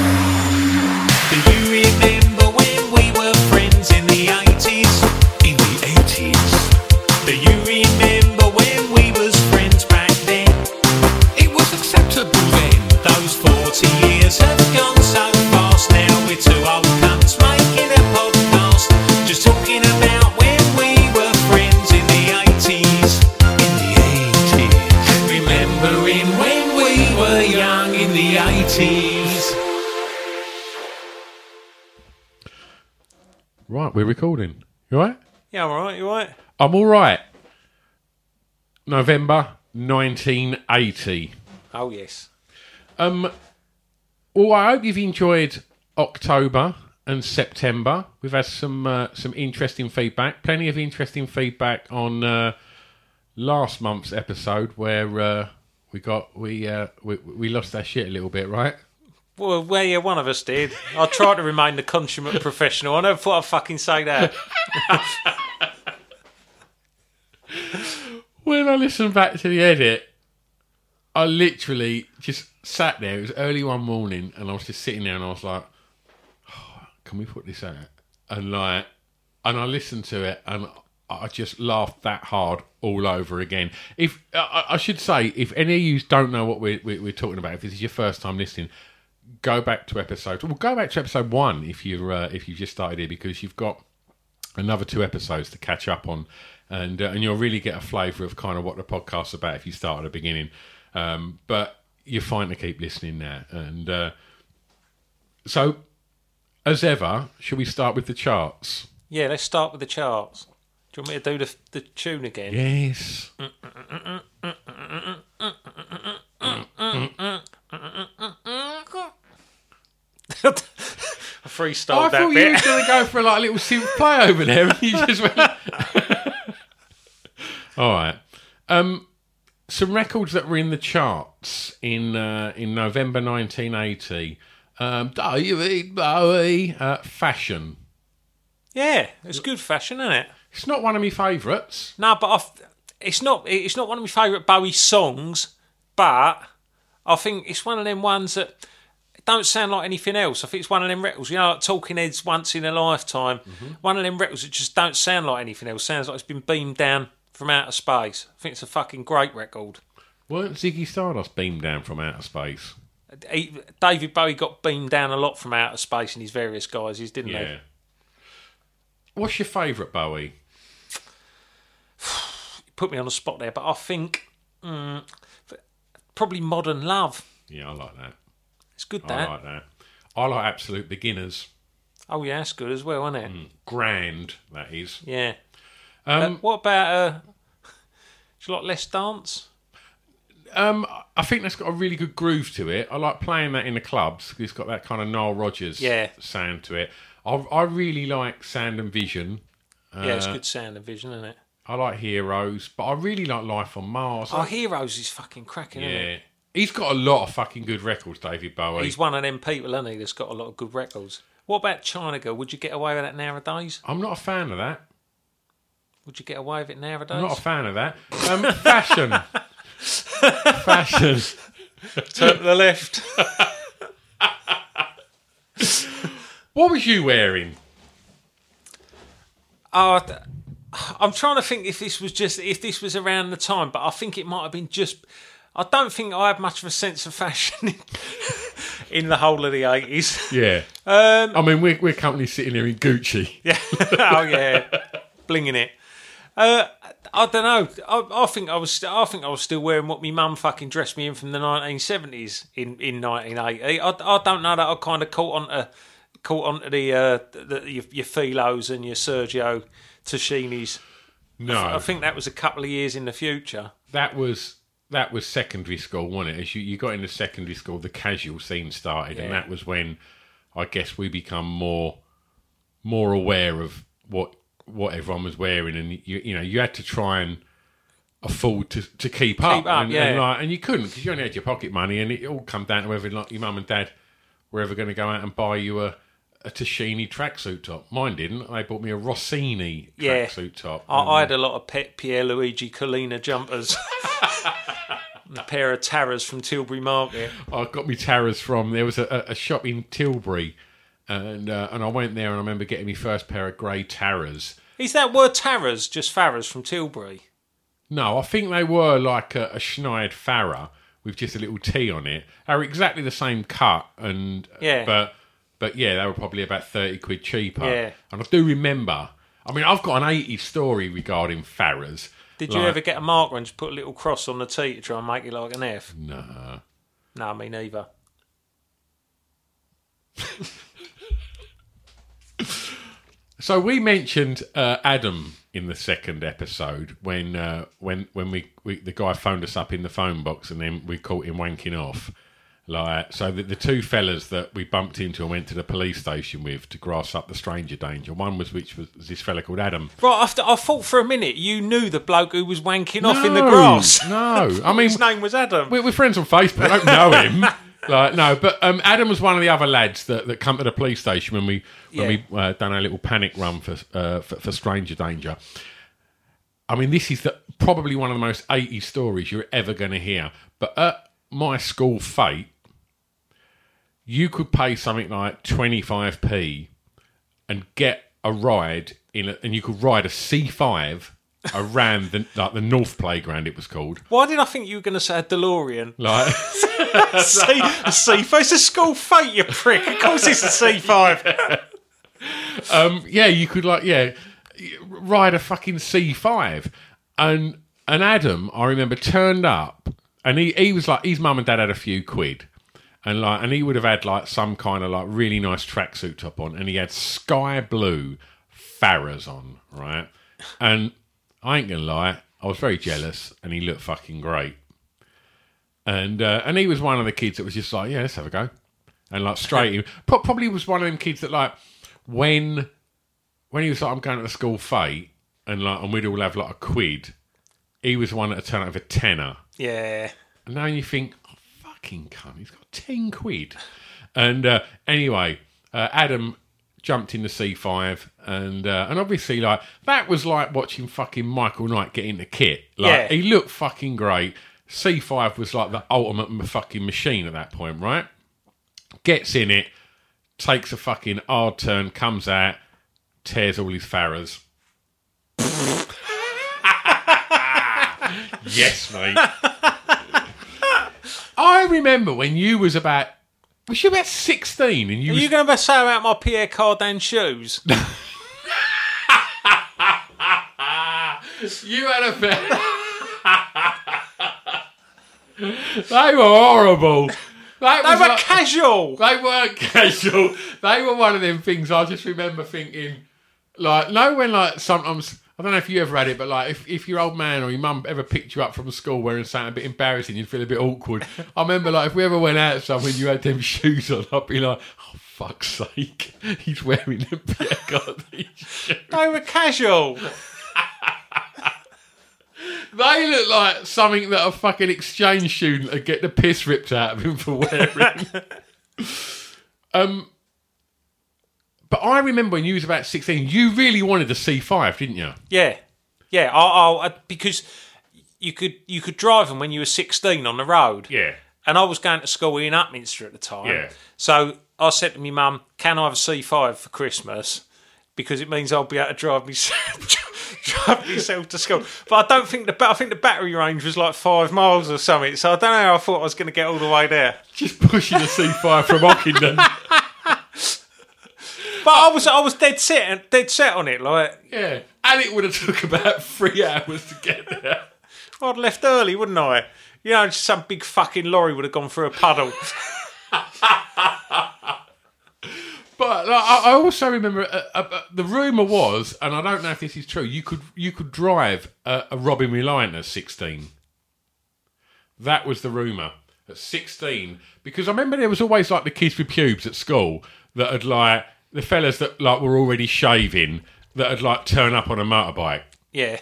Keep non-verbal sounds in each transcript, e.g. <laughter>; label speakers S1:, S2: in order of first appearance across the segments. S1: Do you remember when we were friends in the 80s? In the 80s. Do you remember when we was friends back then? It was acceptable then. Those 40 years have gone so fast. Now we're two old cunts making a podcast. Just talking about when we were friends in the 80s. In the 80s. Remembering when we were young in the 80s.
S2: Right, we're recording. You all right?
S1: Yeah, I'm alright, you alright?
S2: I'm all right. November 1980.
S1: Oh, yes.
S2: Um, well, I hope you've enjoyed October and September. We've had some uh, some interesting feedback. Plenty of interesting feedback on uh, last month's episode where uh, we got we, uh, we we lost our shit a little bit, right?
S1: Well, well, yeah, one of us did. I tried to remain the consummate professional. I never thought I'd fucking say that.
S2: When I listened back to the edit, I literally just sat there. It was early one morning, and I was just sitting there, and I was like, <sighs> "Oh, "Can we put this out?" And like, and I listened to it, and I just laughed that hard all over again. If I, I- I should say, if any of you don't know what we're, we're, we're talking about, if this is your first time listening, go back to episode. Well, go back to episode one if you're uh, if you've just started here, because you've got another two episodes to catch up on, and uh, and you'll really get a flavour of kind of what the podcast's about if you start at the beginning. Um, but you're fine to keep listening now. And uh, so, as ever, shall we start with the charts?
S1: Yeah, let's start with the charts. Do you want me to do the, the tune again?
S2: Yes.
S1: <laughs> Oh, I
S2: I
S1: freestyled
S2: thought
S1: that
S2: you were
S1: bit.
S2: going to go for like a little <laughs> synth play over there, and you just went. <laughs> All right. Um, some records that were in the charts in uh, in November 1980. Um, David Bowie, uh, Fashion.
S1: Yeah, it's good fashion, isn't it?
S2: It's not one of my favourites.
S1: No, but I've, it's not. It's not one of my favourite Bowie songs, but I think it's one of them ones that don't sound like anything else. I think it's one of them records, you know, like Talking Heads, Once in a Lifetime. One of them records that just don't sound like anything else. Sounds like it's been beamed down from outer space. I think it's a fucking great record.
S2: Weren't Ziggy Stardust beamed down from outer space?
S1: He, David Bowie got beamed down a lot from outer space in his various guises, didn't
S2: Yeah.
S1: he?
S2: What's your favourite Bowie?
S1: Put me on the spot there, but I think mm, probably Modern Love.
S2: Yeah, I like that.
S1: It's good
S2: I
S1: that.
S2: like that. I like Absolute Beginners.
S1: Oh yeah, that's good as well, isn't it?
S2: Grand, that is.
S1: Yeah.
S2: Mm. Um,
S1: Uh, what about uh, do you like less dance?
S2: Um, I think that's got a really good groove to it. I like playing that in the clubs 'cause it's got that kind of Nile Rodgers
S1: Yeah.
S2: sound to it. I, I really like Sound and Vision.
S1: yeah,
S2: Uh,
S1: it's good sound and vision, isn't it?
S2: I like Heroes, but I really like Life on Mars.
S1: Oh, Heroes is fucking cracking, isn't it?
S2: yeah, he's got a lot of fucking good records, David Bowie.
S1: He's one of them people, isn't he, that's got a lot of good records. What about China Girl? Would you get away with that nowadays?
S2: I'm not a fan of that.
S1: Would you get away with it nowadays?
S2: I'm not a fan of that. Um, fashion, fashion.
S1: Turn to the left.
S2: What was you wearing?
S1: oh, I th-
S3: I'm trying to think if this was just if this was around the time, but I think it might have been just. I don't think I had much of a sense of fashion in <laughs> the whole of the eighties.
S2: Yeah. Um, I mean, we're, we're currently sitting here in Gucci.
S3: Yeah. <laughs> oh yeah, blinging it. Uh, I don't know. I, I think I was. I think I was still wearing what my mum fucking dressed me in from the 1970s in in 1980. I, I don't know that I kind of caught onto caught onto the, uh, the your, your Philos and your Sergio Tashinis.
S2: No.
S3: I think that was a couple of years in the future.
S2: that was that was secondary school, wasn't it? As you, you got into secondary school, the casual scene started, and that was when I guess we become more more aware of what what everyone was wearing, and you you know you had to try and afford to, to keep up,
S3: Keep up,
S2: and,
S3: yeah.
S2: and, like, and you couldn't because you only had your pocket money, and it all come down to whether like your mum and dad were ever going to go out and buy you a. A Tashini tracksuit top. Mine didn't. They bought me a Rossini
S3: Yeah.
S2: tracksuit top.
S3: I, I had a lot of pet Pierluigi Colina jumpers. <laughs> And a pair of Taras from Tilbury Market.
S2: I got me taras from. There was a, a a shop in Tilbury, and uh, and I went there and I remember getting my first pair of grey taras.
S3: Is that word Taras just Farrers from Tilbury?
S2: No, I think they were like a, a Schneid Farrer with just a little T on it. They were exactly the same cut, and
S3: Yeah.
S2: but but yeah, they were probably about thirty quid cheaper.
S3: Yeah.
S2: and I do remember. I mean, I've got an 80s story regarding Farrers.
S3: Did you
S2: Like-
S3: ever get a marker and just put a little cross on the T to try and make it like an F?
S2: Nah.
S3: No, me neither.
S2: So we mentioned uh, Adam in the second episode when uh, when when we, we the guy phoned us up in the phone box and then we caught him wanking off. Like so, the, the two fellas that we bumped into and went to the police station with to grass up the stranger danger. One was which was this fella called Adam.
S3: Right, after I thought for a minute you knew the bloke who was wanking off in the
S2: No, <laughs>
S3: grass. <laughs>
S2: No, I mean
S3: His name was Adam.
S2: we're, we're friends on Facebook. I don't know him. like no, but um, Adam was one of the other lads that, that come to the police station when we when
S3: Yeah.
S2: we uh, done our little panic run for, uh, for for Stranger Danger. I mean, this is the, probably one of the most 80s stories you're ever going to hear. But at my school fete, you could pay something like 25p and get a ride in, a, and you could ride a C5 around the, like the North Playground. It was called.
S3: Why did I think you were going to say a DeLorean?
S2: Like.
S3: C- a C5. It's a school fate, you prick. Of course it's a C5.
S2: Um, yeah, you could like yeah, ride a fucking C five, and and Adam, I remember turned up, and he he was like his mum and dad had a few quid, and like and he would have had like some kind of like really nice tracksuit top on, and he had sky blue Farrah's on, right, and I ain't gonna lie, I was very jealous, and he looked fucking great. And uh, and he was one of the kids that was just like, yeah, let's have a go, and like straight, in. Pro- probably was one of them kids that like when when he was like, I'm going to the school fete, and like, and we'd all have like a quid. He was the one that had turned out of a tenner,
S3: Yeah.
S2: and now you think, oh, fucking cunt, he's got ten quid. And uh, anyway, uh, Adam jumped in the C5, and uh, and obviously, like that was like watching fucking Michael Knight get into kit. Like
S3: Yeah.
S2: he looked fucking great. C5 was like the ultimate m- fucking machine at that point, right? Gets in it, takes a fucking hard turn, comes out, tears all his Farrahs. <laughs> yes, mate. I remember when you was about was you about sixteen and you
S3: Are
S2: was,
S3: you going to say about my Pierre
S2: <laughs>
S3: Cardin shoes?
S2: you had a pair. <laughs> they were horrible. That
S3: They
S2: was
S3: were
S2: like-
S3: casual.
S2: They <laughs> weren't casual. They were one of them things I just remember thinking, like, no, when, like, sometimes, I don't know if you ever had it, but, like, if, if your old man or your mum ever picked you up from school wearing something a bit embarrassing, you'd feel a bit awkward. I remember, like, if we ever went out somewhere and you had them <laughs> shoes on, I'd be like, oh, fuck's sake, <laughs> he's wearing them. <laughs> Pierre <laughs> Cardin shoes.
S3: They were casual.
S2: They look like something that a fucking exchange student would get the piss ripped out of him for wearing. um, but I remember when you was about sixteen, you really wanted the C five, didn't you?
S3: Yeah, yeah. I, I, I, because you could you could drive them when you were sixteen on the road.
S2: Yeah.
S3: And I was going to school in Upminster at the time.
S2: Yeah.
S3: So I said to my mum, "Can I have a C five for Christmas? Because it means I'll be able to <laughs> drive me driving yourself to school. But I don't think the ba- I think the battery range was like five miles or something. So I don't know how I thought I was going to get all the way there.
S2: Just pushing a sea fire from Ockenden.
S3: But I was I was dead set dead set on it. Like
S2: yeah. And it would have took about three hours to get there.
S3: I'd left early, wouldn't I? You know, just some big fucking lorry would have gone through a puddle.
S2: But like, I I also remember uh, uh, uh, the rumor was, and I don't know if this is true. You could you could drive a, a Robin Reliant at sixteen. That was the rumor at sixteen, because I remember there was always like the kids with pubes at school that had like the fellas that like were already shaving that had like turn up on a motorbike,
S3: yeah,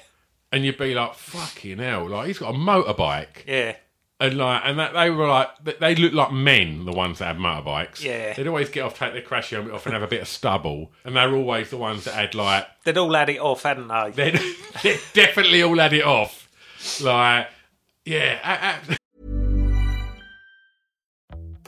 S2: and you'd be like, "Fucking hell!" Like he's got a motorbike.
S3: yeah.
S2: And like, and that they were like, they- they looked like men, the ones that had motorbikes.
S3: Yeah.
S2: They'd always get off, take their crash helmet off, and have a bit of stubble. And they were always the ones that had like,
S3: <laughs>
S2: <laughs>
S3: They'd all had it off, hadn't they?
S2: they they definitely all had it off. Like, yeah, a- <laughs> a-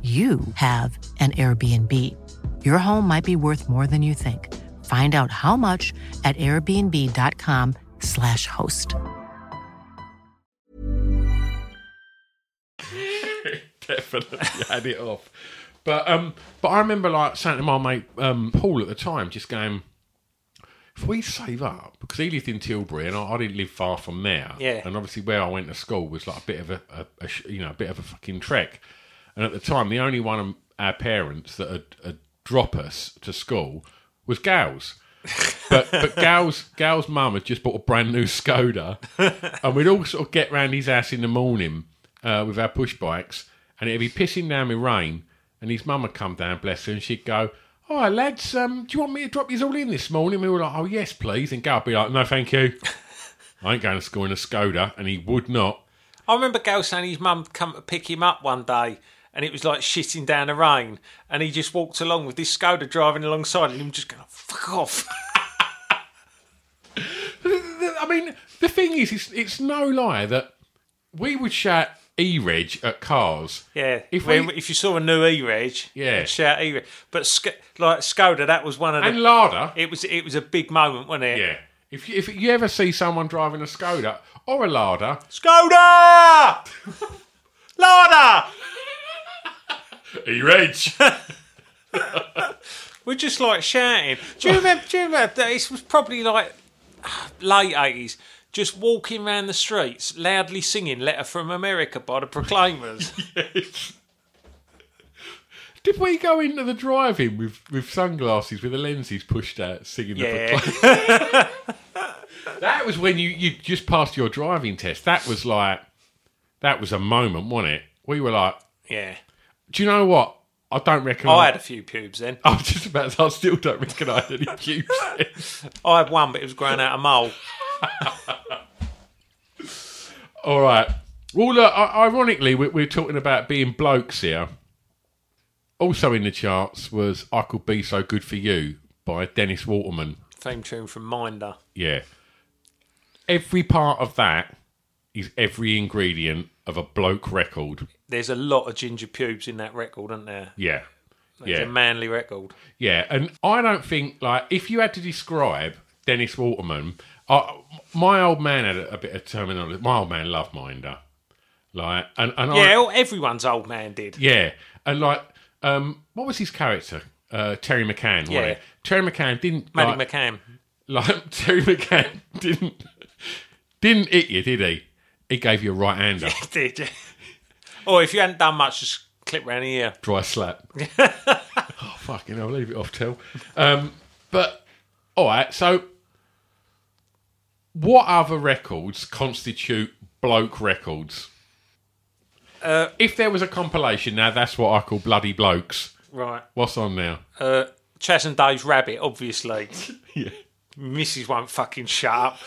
S4: you have an Airbnb. Your home might be worth more than you think. Find out how much at airbnb.com/slash host.
S2: definitely had it off. But um, but I remember like saying to my mate um, Paul at the time, just going, if we save up, because he lived in Tilbury and I, I didn't live far from there,
S3: Yeah.
S2: and obviously where I went to school was like a bit of a, a, a sh- you know a bit of a fucking trek, and at the time the only one of our parents that had, had drop us to school was Gals. but but Gal's Gal's mum had just bought a brand new Skoda, and we'd all sort of get round his house in the morning uh, with our push bikes, and it'd be pissing down with rain, and his mum would come down, bless her, and she'd go, "Oh lads, um, do you want me to drop you all in this morning?" We were like, "Oh yes, please," and Gal would be like, "No, thank you, I ain't going to school in a Skoda," and he would not.
S3: I remember Gail saying his mum come to pick him up one day and it was like shitting down the rain and he just walked along with this Skoda driving alongside and him just going, fuck off. <laughs>
S2: I mean, the thing is, it's, it's no lie that we would shout E-Reg at cars.
S3: Yeah.
S2: If
S3: If,
S2: we-
S3: if you saw a new E-Reg,
S2: Yeah.
S3: you'd shout E-Reg. But Sk- like Skoda, that was one of the...
S2: And Lada.
S3: it was it was a big moment, wasn't it?
S2: Yeah. If you, if you ever see someone driving a Skoda or a Lada,
S3: Skoda! <laughs> Lada!
S2: E Reg.
S3: We're just like shouting. Do you remember? Do you remember? that This was probably like ah, late eighties. Just walking round the streets, loudly singing "Letter from America" by
S2: <laughs>
S3: the Proclaimers.
S2: Did we go into the driving with, with sunglasses with the lenses pushed out singing the
S3: Yeah.
S2: proclaim? <laughs> that was when you, you just passed your driving test. That was like, that was a moment, wasn't it? We were like,
S3: yeah,
S2: do you know what? I don't reckon.
S3: I had a few pubes then.
S2: I was just about to say, I still don't reckon I had any pubes.
S3: I had one, but it was growing out a mole.
S2: All right. Well, look, i- ironically, we- we're talking about being blokes here. Also in the charts was I Could Be So Good For You by Dennis Waterman.
S3: Theme tune from Minder.
S2: Yeah. every part of that is every ingredient of a bloke record.
S3: There's a lot of ginger pubes in that record, aren't there?
S2: Yeah.
S3: It's a
S2: Yeah.
S3: manly record.
S2: Yeah, and I don't think like if you had to describe Dennis Waterman, I, my old man had a, a bit of terminology. My old man loved Minder, like and and
S3: Yeah,
S2: I,
S3: well, everyone's old man did.
S2: yeah, and like um, what was his character? Uh, Terry McCann. wasn't
S3: Yeah.
S2: it? Terry McCann didn't
S3: Maddie
S2: like,
S3: McCann. <laughs>
S2: like <laughs> Terry McCann didn't didn't hit you, did he? He gave you a right
S3: <laughs>
S2: hander,
S3: Did you? Or if you hadn't done much, just clip round here.
S2: dry
S3: <laughs>
S2: slap. oh fucking! I'll leave it off till. Um, but all right, so what other records constitute bloke records?
S3: Uh,
S2: if there was a compilation now, that's what I call bloody blokes.
S3: Right.
S2: What's on
S3: <laughs>
S2: now?
S3: Uh, Chaz and Dave's Rabbit, obviously. Mrs. won't fucking shut
S2: <laughs>
S3: up.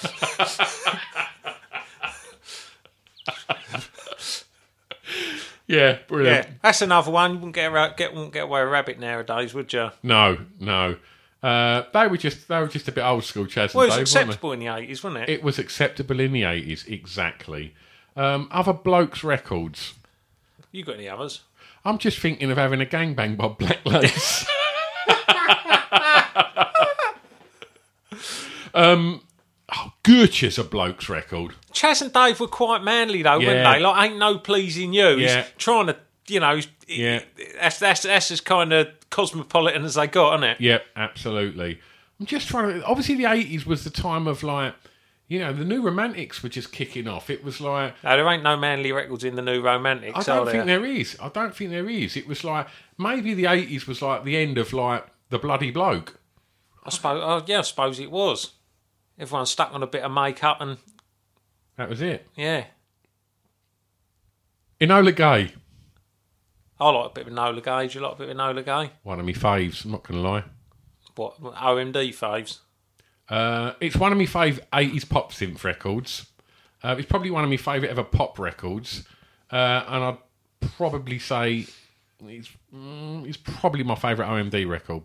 S2: Yeah,
S3: Yeah,
S2: brilliant.
S3: that's another one. You wouldn't get, a, get, wouldn't get away with a rabbit nowadays, would you?
S2: No, no. Uh, they were just they were just a bit old school, Chaz and
S3: Well,
S2: Dave,
S3: it was
S2: weren't they?
S3: acceptable in the 80s, wasn't it?
S2: It was acceptable in the eighties, exactly. Um, other blokes records.
S3: You got any others?
S2: I'm just thinking of having a gangbang by Black <laughs> Lace. um, oh, Gurcha's a bloke's record.
S3: Chaz and Dave were quite manly, though, weren't
S2: Yeah.
S3: they? Like, ain't no pleasing you.
S2: Yeah.
S3: He's trying to, you know, he's-
S2: Yeah.
S3: that's, that's, that's as kind of cosmopolitan as they got, isn't it?
S2: Yep, absolutely. I'm just trying to. Obviously, the 80s was the time of like, you know, the new romantics were just kicking off. It was like,
S3: No, there ain't no manly records in the new romantics,
S2: I
S3: are
S2: don't
S3: there?
S2: think there is. I don't think there is. It was like maybe the 80s was like the end of like the bloody bloke.
S3: I suppose, oh, yeah, I suppose it was. Everyone's stuck on a bit of makeup and,
S2: That was it.
S3: yeah.
S2: Enola Gay,
S3: I like a bit of Nola Gay. Do you like a bit of Nola Gay?
S2: one of my faves. I'm not gonna lie.
S3: What, OMD faves?
S2: Uh, it's one of my favourite 80s pop synth records. Uh, it's probably one of my favourite ever pop records. Uh, and I'd probably say it's, mm, it's probably my favourite OMD record.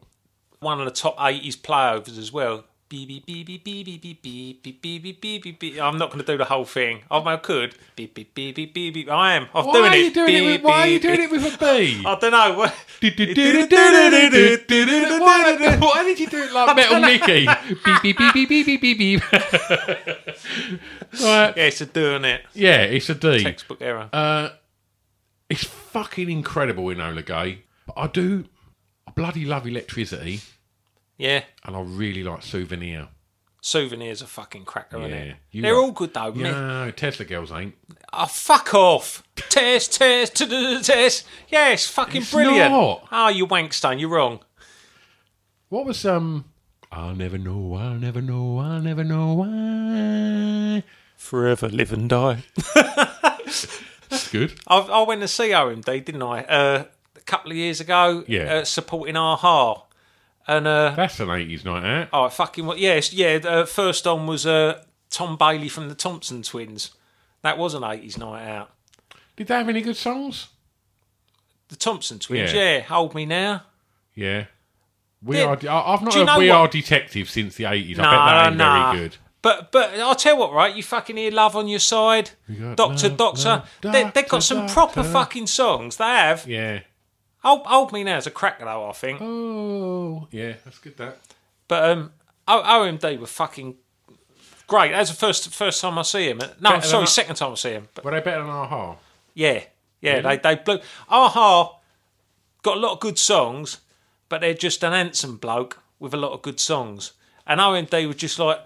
S3: one of the top 80s playovers as well. Beep, beep, beep, beep, beep, beep, beep, beep, beep, beep, beep, beep, beep, beep. I'm not going to do the whole thing. Oh, I could. Beep, beep, beep, beep, beep, beep. I am. I'm
S2: Why
S3: doing
S2: are
S3: it.
S2: you doing it?
S3: Beep,
S2: With, why are you
S3: beep,
S2: doing it with a B?
S3: beep. <laughs> I don't know.
S2: <laughs> Why why did you do it like Metal Mickey? Beep beep beep beep beep beep beep beep. Right.
S3: yeah, it's a doing it.
S2: Yeah, Uh, it's a D.
S3: Textbook error.
S2: It's fucking incredible in Ola Gay. But I do, I bloody love electricity,
S3: yeah.
S2: and I really like souvenir.
S3: Souvenirs are fucking cracker, yeah,
S2: Yeah.
S3: innit?
S2: You
S3: They're
S2: lot-
S3: all good though, man.
S2: No, Tesla girls ain't.
S3: Oh, fuck off. Test, test, test. Yes, fucking
S2: It's
S3: brilliant.
S2: not.
S3: Oh, you wankstone, you're wrong.
S2: What was um? I'll never know. I'll never know. I'll never know why.
S3: Forever live and die.
S2: That's good.
S3: I, I went to see OMD, didn't I? Uh, a couple of years ago.
S2: Yeah.
S3: Uh, supporting Aha. And uh,
S2: That's an eighties night out.
S3: oh, it fucking wa- yes, yeah. Uh, first on was uh, Tom Bailey from the Thompson Twins. That was an eighties night out.
S2: Did they have any good songs?
S3: The Thompson Twins,
S2: Yeah.
S3: yeah. Hold me now.
S2: Yeah. We
S3: Did-
S2: are. De- I- I've not
S3: do you
S2: heard
S3: know
S2: We
S3: what-
S2: Are Detectives since the eighties. I bet
S3: Nah,
S2: that ain't
S3: nah.
S2: very good.
S3: But but I'll tell you what, right? You fucking hear love on your side,
S2: got
S3: Doctor
S2: love,
S3: Doctor.
S2: love,
S3: they, they've
S2: doctor,
S3: got some proper
S2: doctor.
S3: fucking songs. They have.
S2: Yeah.
S3: Hold, hold me now is a cracker though, I think.
S2: Oh, yeah. That's good. That.
S3: But um, O- OMD were fucking great. That was the first first time I see him. No,
S2: Better than
S3: sorry,
S2: that-
S3: second time I see him. But
S2: Were they better than Aha?
S3: yeah, yeah, they they blew. Aha got a lot of good songs, but they're just an handsome bloke with a lot of good songs. And OMD was just like,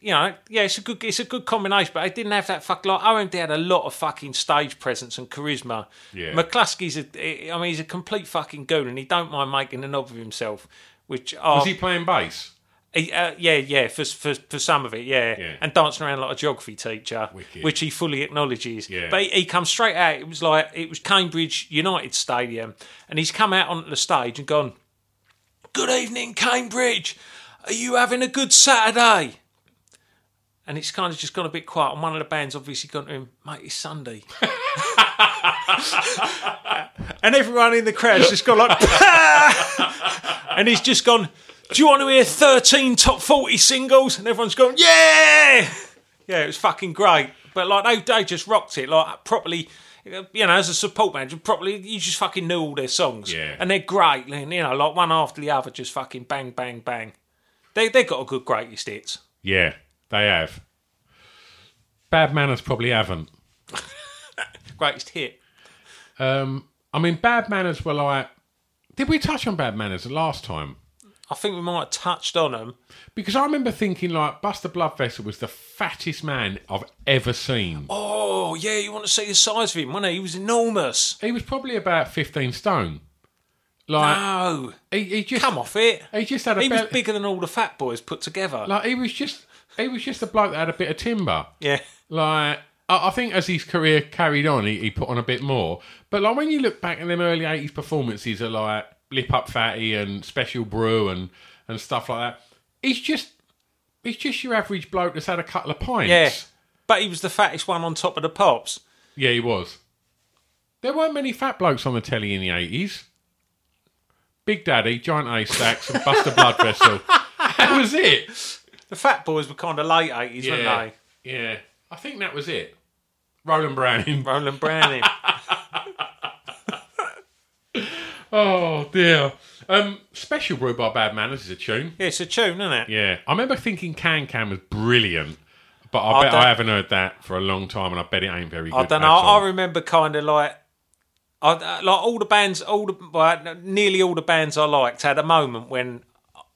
S3: you know, yeah, it's a good it's a good combination. But they didn't have that fuck like OMD had a lot of fucking stage presence and charisma.
S2: Yeah.
S3: McCluskey's a, I mean, he's a complete fucking goon, and he don't mind making a knob of himself. Which
S2: Was
S3: are,
S2: he playing bass?
S3: he, uh, yeah, yeah, for, for for some of it, yeah.
S2: Yeah.
S3: and dancing around like a geography teacher,
S2: Wicked.
S3: which he fully acknowledges.
S2: Yeah.
S3: But he, he comes straight out. It was like it was Cambridge United Stadium, and he's come out onto the stage and gone, "Good evening, Cambridge. Are you having a good Saturday?" And it's kind of just gone a bit quiet. And one of the bands obviously gone to him, "Mate, it's Sunday." and everyone in the crowd's just gone like, and he's just gone. Do you want to hear 13 top 40 singles? And everyone's gone, yeah! Yeah, it was fucking great. But like they, they just rocked it like properly. You know, as a support manager, properly you just fucking knew all their songs.
S2: Yeah.
S3: and they're great. And you know, like one after the other, just fucking bang, bang, bang. They they got a good greatest hits.
S2: Yeah, they have. Bad Manners probably haven't.
S3: Greatest hit.
S2: Um, I mean, Bad Manners were like. Did we touch on Bad Manners last time?
S3: I think we might have touched on them.
S2: Because I remember thinking, like, Buster Bloodvessel was the fattest man I've ever seen.
S3: Oh yeah, you want to see the size of him? Wasn't he? He was enormous.
S2: He was probably about 15 stone. Like,
S3: No,
S2: he, he just.
S3: come off it.
S2: He just had a
S3: He was
S2: belly-
S3: bigger than all the fat boys put together.
S2: Like, he was just. He was just a bloke that had a bit of timber.
S3: yeah,
S2: Like, I, I think as his career carried on, he, he put on a bit more. But like when you look back at them early '80s performances of like Lip Up Fatty and Special Brew and and stuff like that, he's just he's just your average bloke that's had a couple of pints.
S3: yeah. But he was the fattest one on top of the pops.
S2: yeah, he was. There weren't many fat blokes on the telly in the '80s. Big Daddy, Giant A Stacks, and Buster Blood Vessel. <laughs> That was it.
S3: The Fat Boys were kind of late eighties,
S2: Yeah,
S3: weren't
S2: yeah. I think that was it. Roland Browning.
S3: they?
S2: <laughs>
S3: Roland Browning.
S2: Oh dear. Um, Special Brew by Bad Manners is a tune.
S3: yeah, it's a tune, isn't it?
S2: Yeah, I remember thinking Can Can was brilliant, but I,
S3: I
S2: bet
S3: don't-
S2: I haven't heard that for a long time, and I bet it ain't very good.
S3: I don't
S2: at
S3: know. I
S2: all.
S3: remember kind of like, I, I- like all the bands, all the well, nearly all the bands I liked had a moment when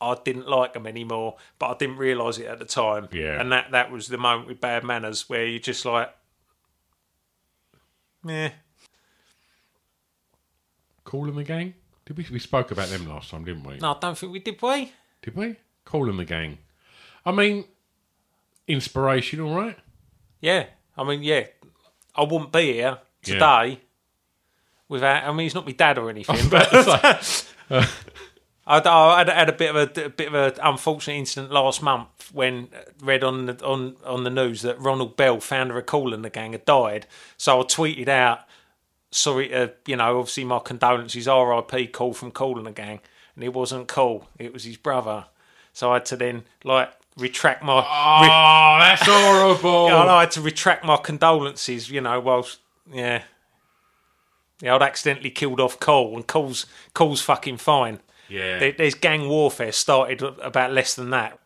S3: I didn't like them anymore, but I didn't realise it at the time.
S2: Yeah.
S3: and that that was the moment with Bad Manners where you just like, yeah,
S2: Call 'Em the Gang. Did we we spoke about them last time, didn't we?
S3: no, I don't think we did. We
S2: Did we? Call 'Em the Gang. I mean, inspirational, right?
S3: yeah, I mean yeah, I wouldn't be here today.
S2: Yeah.
S3: Without, I mean, he's not my dad or anything.
S2: I was about to say. <laughs>
S3: <laughs> I, I had, had a bit of a, a bit of an unfortunate incident last month when uh, read on the, on on the news that Ronald Bell, founder of Cool and the Gang, had died. So I tweeted out, "Sorry to you know, obviously my condolences, R.I.P. Cool from Cool and the Gang." And it wasn't Cool; it was his brother. So I had to then like retract my.
S2: oh,
S3: re-
S2: that's horrible.
S3: <laughs> yeah, I know, I had to retract my condolences, you know, whilst yeah. Yeah, I'd accidentally killed off Cole and Cole's Cole's fucking fine.
S2: Yeah.
S3: There, there's gang warfare started about less than that.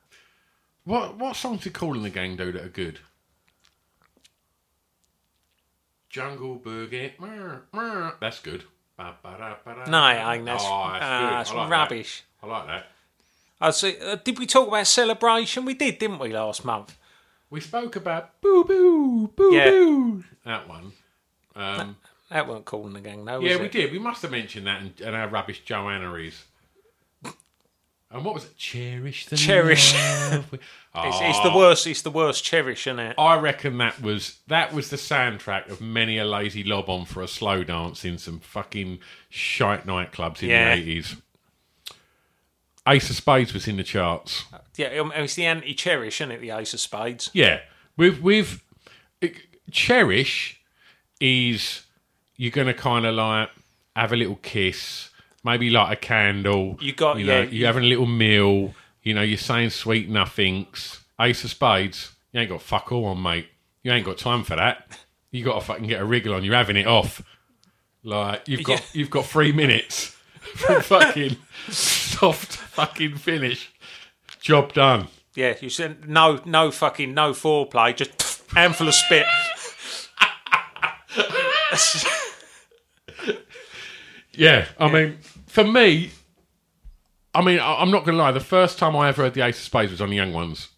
S2: What what songs did Cool in the Gang do that are good? Jungle Boogie. Meow, meow. That's good. Ba, ba, da, ba, da.
S3: No, I think that's,
S2: Oh, that's,
S3: ah,
S2: good.
S3: that's
S2: I like that.
S3: rubbish.
S2: I like that.
S3: I see. Uh, did we talk about celebration? We did, didn't we, last month?
S2: We spoke about Boo Boo, Boo
S3: Yeah.
S2: Boo. That one. Um,
S3: That weren't cool in the gang, though. Was
S2: yeah, we
S3: it?
S2: did. We must have mentioned that and, and how rubbish Joanna is. And what was it? Cherish the
S3: Cherish.
S2: love
S3: <laughs>
S2: we-
S3: It's, it's
S2: Oh.
S3: the worst. It's the worst cherish, isn't it?
S2: I reckon that was that was the soundtrack of many a lazy lob on for a slow dance in some fucking shite nightclubs in
S3: Yeah.
S2: the eighties. Ace of Spades was in the charts.
S3: Yeah, um, it's the anti-cherish, isn't it? The Ace of Spades.
S2: Yeah, with with cherish is you're gonna kind of like have a little kiss, maybe light a candle.
S3: You got-
S2: know,
S3: yeah.
S2: you're having a little meal. You know, you're saying sweet nothings. Ace of Spades, you ain't got fuck all on, mate. You ain't got time for that. You got to fucking get a wriggle on. You're having it off. Like you've got
S3: Yeah.
S2: you've got three minutes <laughs> for fucking <laughs> soft fucking finish. Job done.
S3: Yeah, you said no, no fucking no foreplay, just <laughs> handful
S2: <laughs>
S3: of spit.
S2: Yeah, I mean, for me, I mean, I, I'm not going to lie. The first time I ever heard the Ace of Spades was on the Young Ones,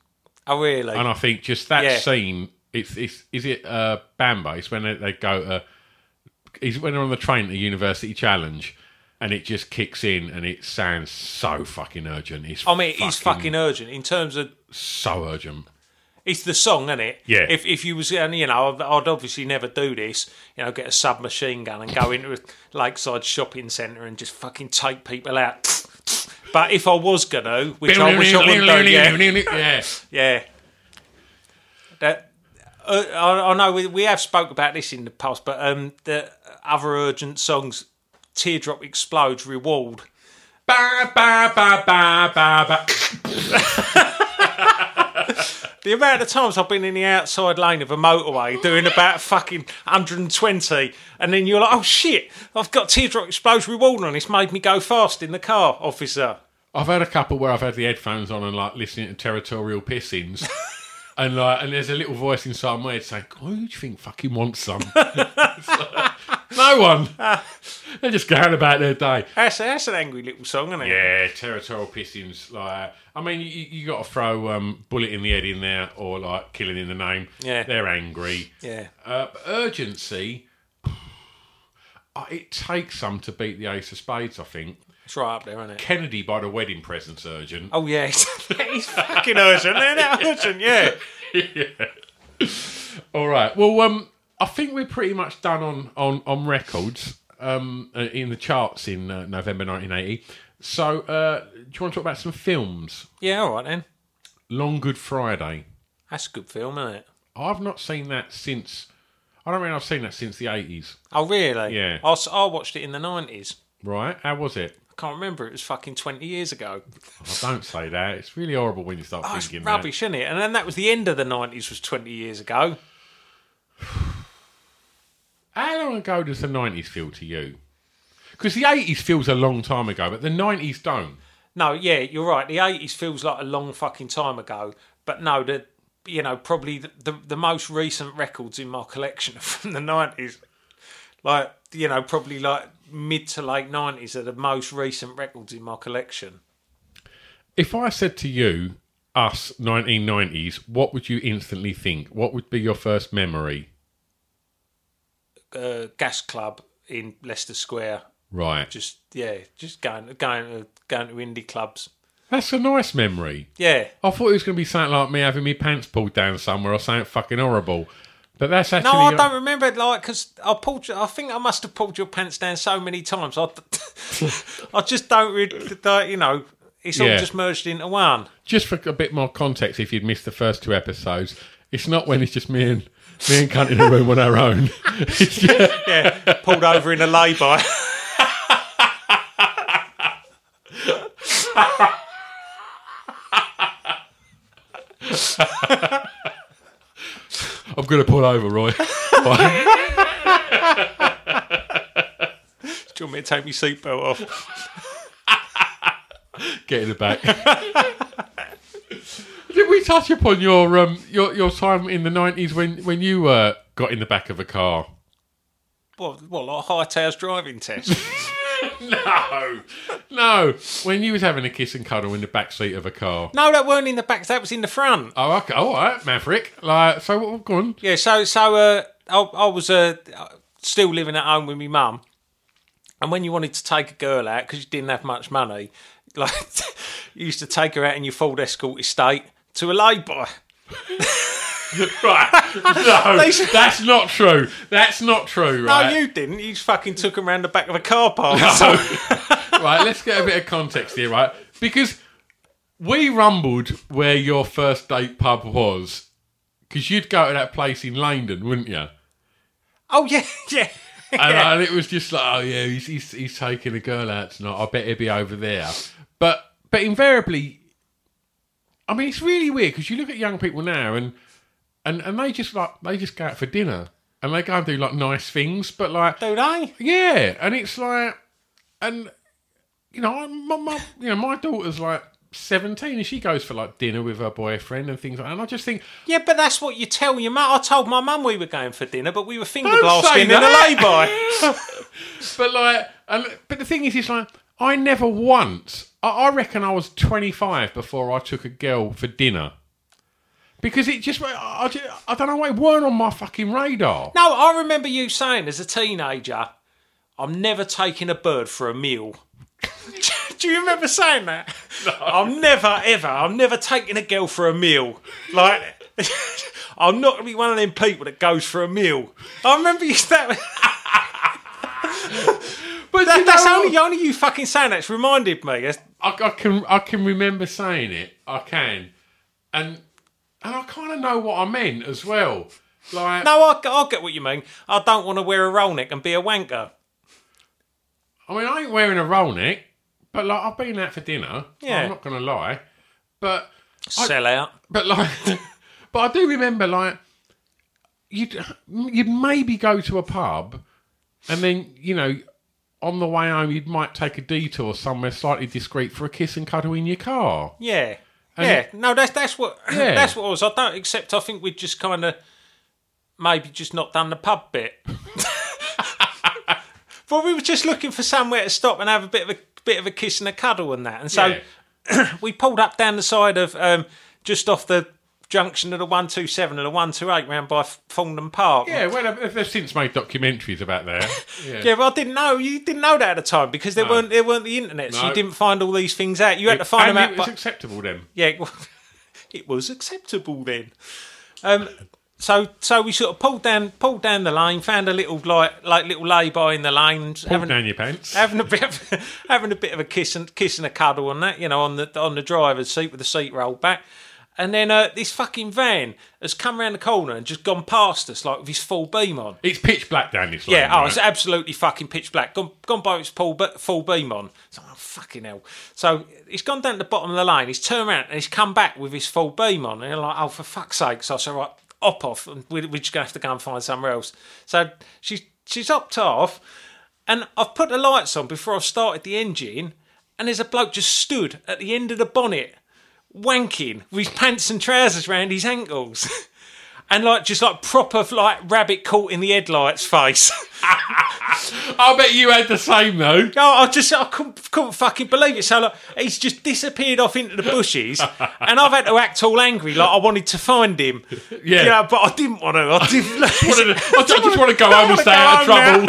S3: Oh, really?
S2: and I think just that
S3: Yeah.
S2: scene. It's, it's is it uh, Bambo? It's when they, they go to. Is when they're on the train at the University Challenge, and it just kicks in, and it sounds so fucking urgent. It's
S3: I mean, it's fucking urgent in terms of
S2: so urgent.
S3: it's the song, isn't it?
S2: Yeah.
S3: If if you was, and you know, I'd, I'd obviously never do this. You know, get a submachine gun and go into a lakeside shopping centre and just fucking take people out. But if I was gonna, which I wish I wouldn't do, yeah,
S2: yeah.
S3: <laughs> yeah. That uh, I, I know we, we have spoke about this in the past, but um, the other urgent songs, "Teardrop Explodes," "Reward."
S2: Ba ba ba ba ba ba.
S3: <laughs> The amount of times I've been in the outside lane of a motorway doing about fucking 120, and then you're like, oh shit, I've got teardrop explosion warning on. It's made me go fast in the car, officer.
S2: I've had a couple where I've had the headphones on and like listening to territorial
S3: <laughs>
S2: pissings. And like, and there's a little voice inside my head saying, "Who do you think fucking wants
S3: <laughs>
S2: some?" <laughs> It's like, no one. They're just going about their day.
S3: Ah, That's, that's an angry little song, isn't it?
S2: Yeah, territorial pissings. Like, I mean, you, you got to throw um, bullet in the head in there, or like killing in the name.
S3: Yeah.
S2: they're angry.
S3: Yeah.
S2: Uh, but urgency. <sighs> uh, It takes some to beat the ace of spades, I think.
S3: It's right up there, isn't it?
S2: Kennedy by the wedding present's urgent.
S3: Oh, yeah. <laughs> He's fucking urgent, isn't it? Urgent, yeah.
S2: <laughs> All right. Well, um, I think we're pretty much done on on on records um uh, in the charts in uh, November 1980. So, uh, do you want to talk about some films?
S3: Yeah, all right then.
S2: Long Good Friday.
S3: That's a good film, isn't it?
S2: I've not seen that since. I don't mean I've seen that since the eighties.
S3: Oh, really?
S2: Yeah.
S3: I, s- I watched it in the 90s.
S2: Right? How was it?
S3: I can't remember. It was fucking 20 years ago.
S2: I don't say that. It's really horrible when you start
S3: Oh, it's
S2: thinking
S3: rubbish, isn't it? And then that was the end of the 90s, was 20 years ago.
S2: that. How long ago does the nineties feel to you? Because the eighties feels a long time ago, but the nineties don't.
S3: No, yeah, you're right. The 80s feels like a long fucking time ago. But no, the, you know, probably the, the, the most recent records in my collection <laughs> are from the 90s. Like, you know, probably like mid to late 90s are the most recent records in my collection.
S2: If I said to you, us nineteen nineties, what would you instantly think? What would be your first memory?
S3: Uh, Gas Club in Leicester Square.
S2: Right.
S3: Just, yeah, just going, going, to, going to indie clubs.
S2: That's a nice memory.
S3: Yeah.
S2: I thought it was going to be something like me having my pants pulled down somewhere or something fucking horrible. But that's actually uh,
S3: No, I don't remember it. Like, because I pulled. Your, I think I must have pulled your pants down so many times. I, <laughs> I just don't really. don't- You know, it's all
S2: Yeah.
S3: just merged into one.
S2: just for a bit more context, if you'd missed the first two episodes, it's not when it's just me and me and Cunt in a room on our own. <laughs> It's just-
S3: Pulled over in a lay-by. <laughs>
S2: I'm going to pull over, Roy. Right.
S3: Do you want me to take my seatbelt off?
S2: Get in the back. <laughs> Did we touch upon your um your your time in the nineties when when you uh, got in the back of a car?
S3: What? What? Like high towers driving test?
S2: No, no. When you was having a kiss and cuddle in the back seat of a car.
S3: no, that weren't in the back. That was in the front.
S2: Oh, okay. All right, Maverick. Like, so what? Go on.
S3: Yeah. So, so uh, I, I was uh, still living at home with my mum, and when you wanted to take a girl out because you didn't have much money, <laughs> like you used to take her out in your full escort estate to a lay-by.
S2: <laughs> <laughs> Right. No, that's not true. That's not true.
S3: No,
S2: Right.
S3: you didn't. You fucking took him round the back of a car
S2: <laughs>
S3: park.
S2: right, let's get a bit of context here, right? Because we rumbled where your first date pub was, because you'd go to that place in London, wouldn't you?
S3: oh yeah, <laughs> yeah.
S2: And, and it was just like, oh yeah, he's, he's he's taking a girl out tonight. I bet he'll be over there. But but invariably, I mean, it's really weird because you look at young people now and and and they just like they just go out for dinner and they go and do like nice things, but like
S3: Do they?
S2: yeah, and it's like, and you know, I- my, my you know my daughter's like seventeen, and she goes for like dinner with her boyfriend and things like. that. And I just think,
S3: Yeah, but that's what you tell your mum. I told my mum we were going for dinner, but we were finger
S2: Don't say
S3: blasting in a
S2: that. <laughs>
S3: lay-by.
S2: but like, and, but the thing is, it's like I never once. I, I reckon I was twenty five before I took a girl for dinner. Because it just, I, I, just- I don't know, it weren't on my fucking radar.
S3: no, I remember you saying as a teenager, "I'm never taking a bird for a meal." <laughs> Do you remember saying that? I'm never ever. I'm never taking a girl for a meal. Like. <laughs> I'm not gonna be one of them people that goes for a meal. I remember you that. <laughs>
S2: but
S3: That,
S2: you
S3: that's
S2: know-
S3: only only you fucking saying that's reminded me. That's-
S2: I, I can I can remember saying it. I can, and and I kind of know what I meant as well. Like
S3: No, I, I get what you mean. I don't want to wear a roll neck and be a wanker.
S2: I mean, I ain't wearing a roll neck, but like I've been out for dinner.
S3: Yeah.
S2: I'm not gonna lie, but
S3: Sell out.
S2: but like <laughs> But I do remember, like, you'd you'd maybe go to a pub, and then you know, on the way home, you would might take a detour somewhere slightly discreet for a kiss and cuddle in your car.
S3: Yeah.
S2: And-
S3: yeah. No, that's that's what <clears throat>
S2: Yeah.
S3: that's what I was. I don't accept. I think we just kind of maybe just not done the pub bit. <laughs> but we were just looking for somewhere to stop and have a bit of a bit of a kiss and a cuddle and that. And so
S2: Yeah.
S3: <clears throat> we pulled up down the side of um, just off the junction of the one two seven and the one two eight round by F- Thorndon Park.
S2: Yeah, well, they've, they've since made documentaries about that.
S3: <laughs>
S2: Yeah.
S3: Yeah, but I didn't know you didn't know that at the time because there weren't there weren't the internet, so
S2: No.
S3: you didn't find all these things out. You had to find
S2: and
S3: them out.
S2: it
S3: by-
S2: was acceptable then.
S3: yeah, well, <laughs> it was acceptable then. Um, so so we sort of pulled down pulled down the lane, found a little like like little lay by in the lane, and
S2: Pulled
S3: having
S2: down your pants.
S3: having a bit of, <laughs> having a bit of a kiss and kiss and a cuddle on that, you know, on the on the driver's seat with the seat rolled back. And then uh, this fucking van has come round the corner and just gone past us like with his full beam on.
S2: It's pitch black down this lane.
S3: Yeah, oh, it's
S2: right?
S3: absolutely fucking pitch black. Gone, gone by its full, be- full beam on. So oh, fucking hell. So he's gone down to the bottom of the lane. He's turned around and he's come back with his full beam on. And you're like, oh, for fuck's sake. So I said, right, op off. And we- we're just going to have to go and find somewhere else. So she's, she's upped off. And I've put the lights on before I've started the engine. And there's a bloke just stood at the end of the bonnet, wanking with his pants and trousers round his ankles. <laughs> And like just like proper like rabbit caught in the headlights face. <laughs>
S2: I bet you had the same though.
S3: No, I just I couldn't, couldn't fucking believe it. So like, he's just disappeared off into the
S2: <laughs>
S3: bushes, and I've had to act all angry, like I wanted to find him.
S2: Yeah.
S3: you know, but I didn't want to. I
S2: <laughs>
S3: didn't.
S2: Wanted
S3: <laughs>
S2: to- I just
S3: wanna-
S2: want to go
S3: I
S2: home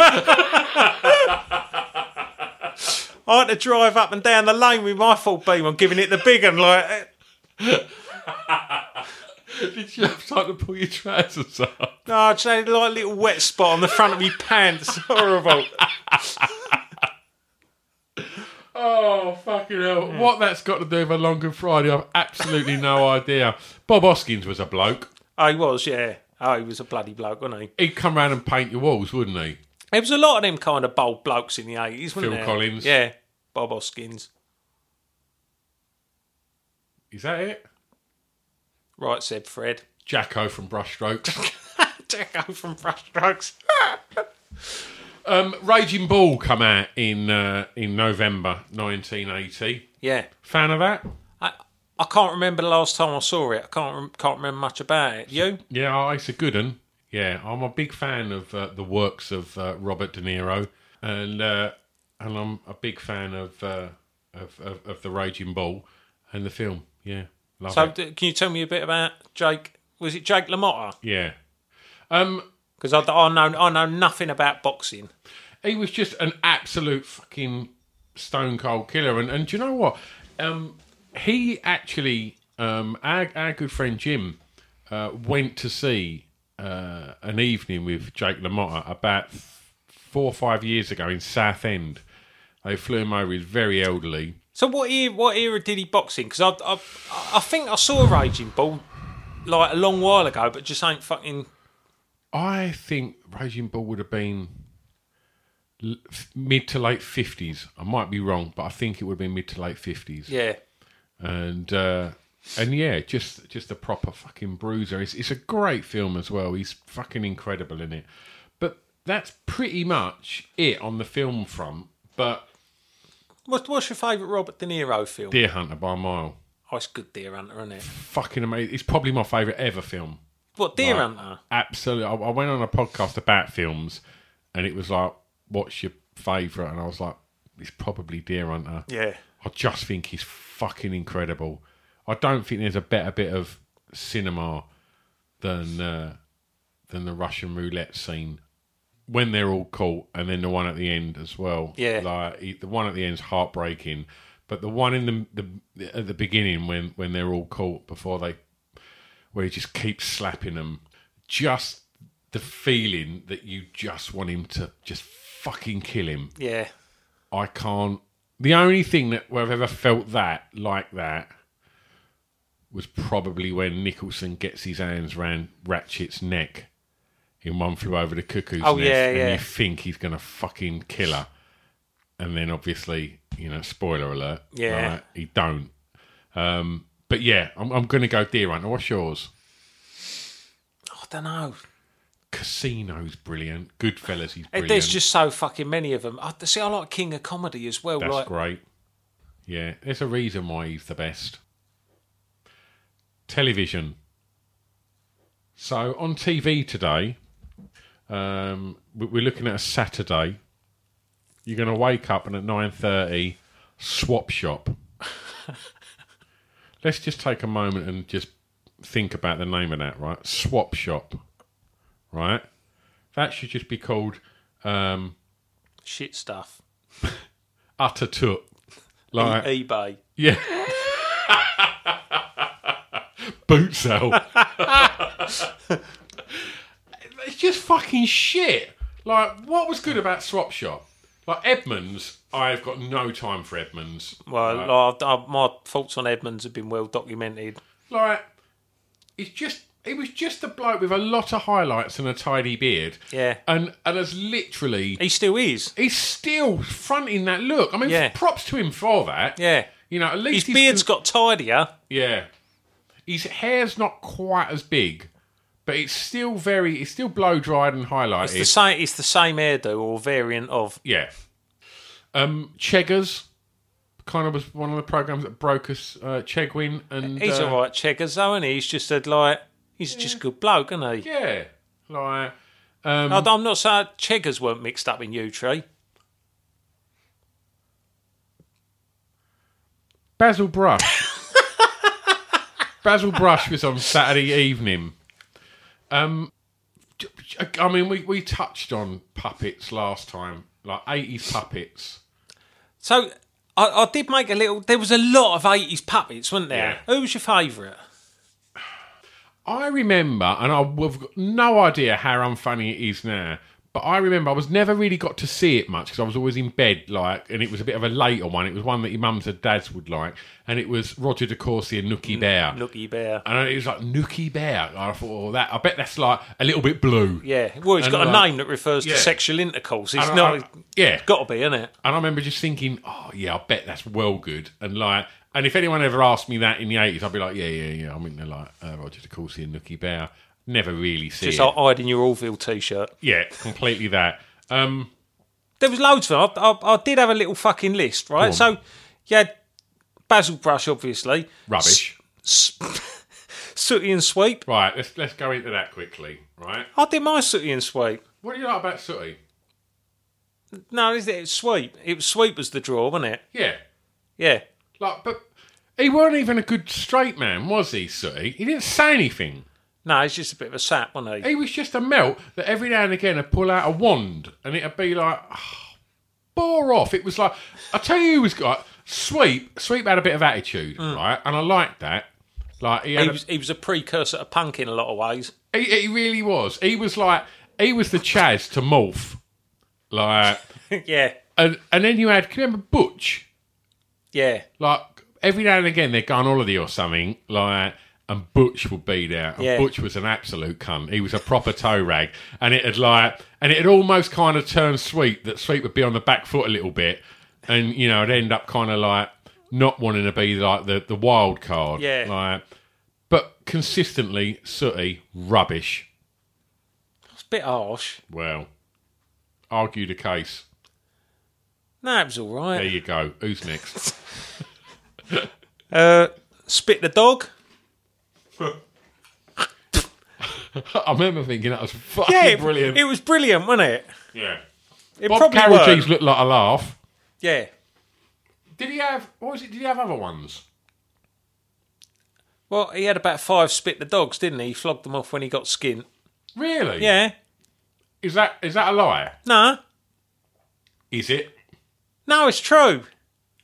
S2: and
S3: wanna
S2: stay
S3: go
S2: out of
S3: home
S2: trouble.
S3: now.
S2: <laughs>
S3: I had to drive up and down the lane with my full beam on, giving it the big one, like. eh,
S2: Did you have time to pull your trousers up?
S3: No, I just had like a little wet spot on the front of my pants. <laughs> Horrible.
S2: Oh, fucking hell. What that's got to do with a long Good Friday, I've absolutely no <laughs> idea. Bob Hoskins was a bloke.
S3: Oh, he was, yeah. Oh, he was a bloody bloke, wasn't he?
S2: He'd come round and paint your walls, wouldn't he?
S3: There was a lot of them kind of bold blokes in the eighties, wasn't
S2: Phil
S3: there?
S2: Collins.
S3: yeah, Bob Hoskins,
S2: Is that it?
S3: right? Said Fred. <laughs>
S2: Jacko from Brushstrokes.
S3: Jacko from Brush <laughs> Strokes.
S2: um, Raging Bull come out in uh, in November 1980.
S3: Yeah,
S2: Fan of that?
S3: I I can't remember the last time I saw it. I can't rem- can't remember much about
S2: <laughs>
S3: it. You?
S2: Yeah, oh, it's a good one. Yeah, I'm a big fan of uh, the works of uh, Robert De Niro, and uh, and I'm a big fan of, uh, of of of the Raging Bull and the film. Yeah, love
S3: So
S2: it.
S3: d- can you tell me a bit about Jake? Was it Jake LaMotta?
S2: Yeah, um,
S3: Because I, I know I know nothing about boxing.
S2: he was just an absolute fucking stone cold killer. And and do you know what? Um, he actually, um, our our good friend Jim, uh, went to see uh, an evening with Jake LaMotta about th- four or five years ago in Southend. They flew him over. He's very elderly.
S3: So what era, what era did he box in? Because I, I I think I saw Raging Bull like a long while ago, but just ain't fucking
S2: I think Raging Bull would have been l- f- mid to late fifties. I might be wrong, but I think it would have been mid to late fifties.
S3: yeah.
S2: and uh, and yeah, just just a proper fucking bruiser. It's it's a great film as well. He's fucking incredible in it. But that's pretty much it on the film front. But
S3: What, what's your favourite Robert De Niro film?
S2: Deer Hunter by a mile,
S3: Oh, it's good Deer Hunter, isn't it?
S2: fucking amazing. It's probably my favourite ever film.
S3: What Deer
S2: Right.
S3: Hunter?
S2: Absolutely. I, I went on a podcast about films, and it was like, "What's your favourite?" And I was like, "It's probably Deer Hunter."
S3: Yeah.
S2: I just think he's fucking incredible. I don't think there's a better bit of cinema than uh, than the Russian roulette scene when they're all caught, and then the one at the end as well.
S3: Yeah.
S2: like he- the one at the end's heartbreaking, but the one in the, the at the beginning when when they're all caught before they where he just keeps slapping them, just the feeling that you just want him to just fucking kill him.
S3: Yeah.
S2: I can't. The only thing that where I've ever felt that like that was probably when Nicholson gets his hands round Ratchet's neck in one flew over the cuckoo's
S3: Oh,
S2: nest,
S3: yeah,
S2: and
S3: yeah.
S2: you think he's gonna fucking kill her, and then obviously you know spoiler alert,
S3: Yeah.
S2: right, he don't. Um, but yeah, I'm, I'm gonna go deer hunter. What's yours?
S3: don't know.
S2: Casino's brilliant. Goodfellas, he's
S3: It-
S2: brilliant.
S3: There's just so fucking many of them. I, see, I like King of Comedy as well.
S2: That's
S3: like,
S2: great. Yeah, there's a reason why he's the best. Television. So on TV today, um, we- we're looking at a Saturday. You're going to wake up and at nine thirty, swap shop. Let's just take a moment and just think about the name of that, right? Swap shop, right? That should just be called um,
S3: shit stuff.
S2: utter toot. Like
S3: E- eBay.
S2: Yeah. Boot sale. it's just fucking shit. Like, what was good about Swap Shop? Like, Edmonds, I've got no time for Edmonds.
S3: Well,
S2: Like-
S3: like, I, I, my thoughts on Edmonds have been well documented.
S2: like it's just it was just a bloke with a lot of highlights and a tidy beard.
S3: Yeah.
S2: And and has literally
S3: He still is.
S2: he's still fronting that look. I mean
S3: Yeah.
S2: props to him for that.
S3: Yeah.
S2: You know, at least
S3: His
S2: he's
S3: beard's got tidier.
S2: Yeah. His hair's not quite as big, but it's still very, it's still blow dried and highlighted.
S3: It's the same. It's the same hairdo or variant of.
S2: yeah. Um, Cheggers kind of was one of the programs that broke us, uh, Chegwin. And,
S3: He's
S2: uh,
S3: all right, checkers though, isn't he? He's just a like. He's just a good bloke, isn't he?
S2: Yeah. Like,
S3: I, I'm not saying checkers weren't mixed up in U Tree.
S2: Basil
S3: <laughs>
S2: Brush. Basil Brush was on Saturday evening. Um, I mean, we, we touched on puppets last time, like 80s puppets.
S3: So I, I did make a little. There was a lot of eighties puppets, weren't there? Who was your favourite?
S2: I remember, and I've got no idea how unfunny it is now, but I remember I was never really got to see it much because I was always in bed, like, and it was a bit of a later one. It was one that your mums and dads would like, and it was Roger de Courcy and Nookie Bear.
S3: Nookie Bear.
S2: and it was like Nookie Bear. And I thought, oh, that, I bet that's like a little bit blue.
S3: Yeah. Well, it's
S2: And
S3: got a
S2: like-
S3: name that refers
S2: Yeah.
S3: to sexual intercourse. It's
S2: And I-
S3: not.
S2: I- yeah.
S3: Got to be, isn't it?
S2: And I remember just thinking, oh, yeah, I bet that's well good. And like, and if anyone ever asked me that in the 80s, I'd be like, yeah, yeah, yeah. I mean, they're like uh, Roger de Courcy and Nookie Bear. Never really see
S3: Just uh,
S2: it.
S3: like hide in your Orville t-shirt.
S2: yeah, completely that. Um,
S3: There was loads of them. I, I, I did have a little fucking list, right?
S2: Go on.
S3: So you had Basil Brush, obviously.
S2: Rubbish.
S3: S- <laughs> sooty and Sweep.
S2: Right, let's let's go into that quickly. Right,
S3: I did my Sooty and Sweep.
S2: what do you like about Sooty?
S3: No, is it Sweep? It was Sweep was the draw, wasn't it?
S2: Yeah,
S3: Yeah.
S2: like, but he weren't even a good straight man, was he? Sooty, he didn't say anything.
S3: No, it's just a bit of a sap, wasn't he?
S2: He was just a melt that every now and again would pull out a wand, and it'd be like, <sighs> oh, bore off. It was like, I tell you, who was got sweep. Sweep had a bit of attitude, right, and I liked that. Like he, had
S3: He
S2: a-
S3: was, he was a precursor to punk in a lot of ways. <laughs>
S2: He, he really was. He was like he was the Chaz to Morph, like,
S3: yeah,
S2: and and then you had can you remember Butch.
S3: yeah.
S2: like every now and again they'd go on holiday or something like and Butch would be there. And
S3: Yeah.
S2: Butch was an absolute cunt. He was a proper toe rag. And it had like and it had almost kind of turned sweet that sweet would be on the back foot a little bit and you know, it'd end up kinda like not wanting to be like the, the wild card.
S3: Yeah.
S2: Like but consistently sooty rubbish.
S3: It's a bit harsh.
S2: Well argue the case.
S3: No, it was all
S2: There
S3: right.
S2: you go. Who's
S3: <laughs>
S2: next?
S3: Uh, spit the dog.
S2: I remember thinking that was <laughs> fucking
S3: it-
S2: brilliant.
S3: It was brilliant, wasn't it?
S2: yeah.
S3: It
S2: Bob
S3: probably
S2: Carroll
S3: worked.
S2: G's looked like a laugh.
S3: Yeah.
S2: Did he have? What was it? Did he have other ones?
S3: Well, he had about five spit the dogs, didn't he? He flogged them off when he got skint.
S2: Really?
S3: Yeah.
S2: Is that is that a lie?
S3: Nah.
S2: Is it?
S3: No, it's true.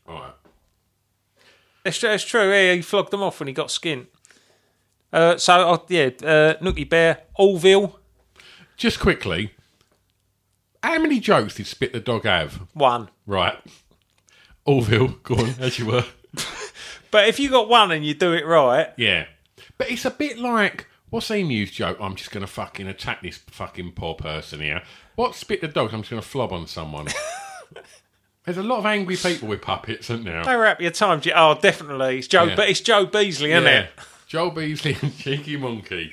S2: All right.
S3: It's, tr- it's true. Yeah, he flogged them off when he got skint. Uh, so, uh, yeah, uh, Nookie Bear, Allville,
S2: Just quickly, how many jokes did Spit the Dog have?
S3: one.
S2: Right. Orville, <laughs> go on as you were.
S3: But if you got one and you do it right,
S2: Yeah. But it's a bit like what's Emu's joke? I'm just going to fucking attack this fucking poor person here. What's Spit the Dog? I'm just going to flob on <laughs> someone. There's a lot of angry people with puppets, isn't there?
S3: they were happier times. Yeah, Oh, definitely. It's Joe,
S2: Yeah.
S3: but it's Joe Beasley, isn't
S2: Yeah.
S3: it?
S2: Joel Beasley and Cheeky Monkey.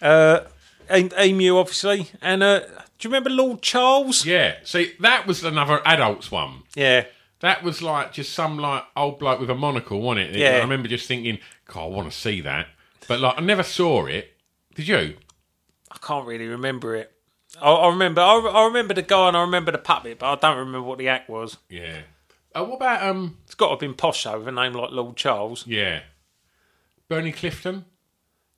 S3: Uh, and Emu, obviously. And uh, do you remember Lord Charles?
S2: Yeah. See, that was another adults one.
S3: Yeah.
S2: That was like just some like old bloke with a monocle, wasn't it? I
S3: Yeah.
S2: remember just thinking, God, I want to see that, but like I never saw it. Did you?
S3: I can't really remember it. I, I remember I, I remember the guy and I remember the puppet, but I don't remember what the act was.
S2: Yeah. Uh, what about um?
S3: It's got to have been posh though, with a name like Lord Charles.
S2: Yeah. Bernie Clifton.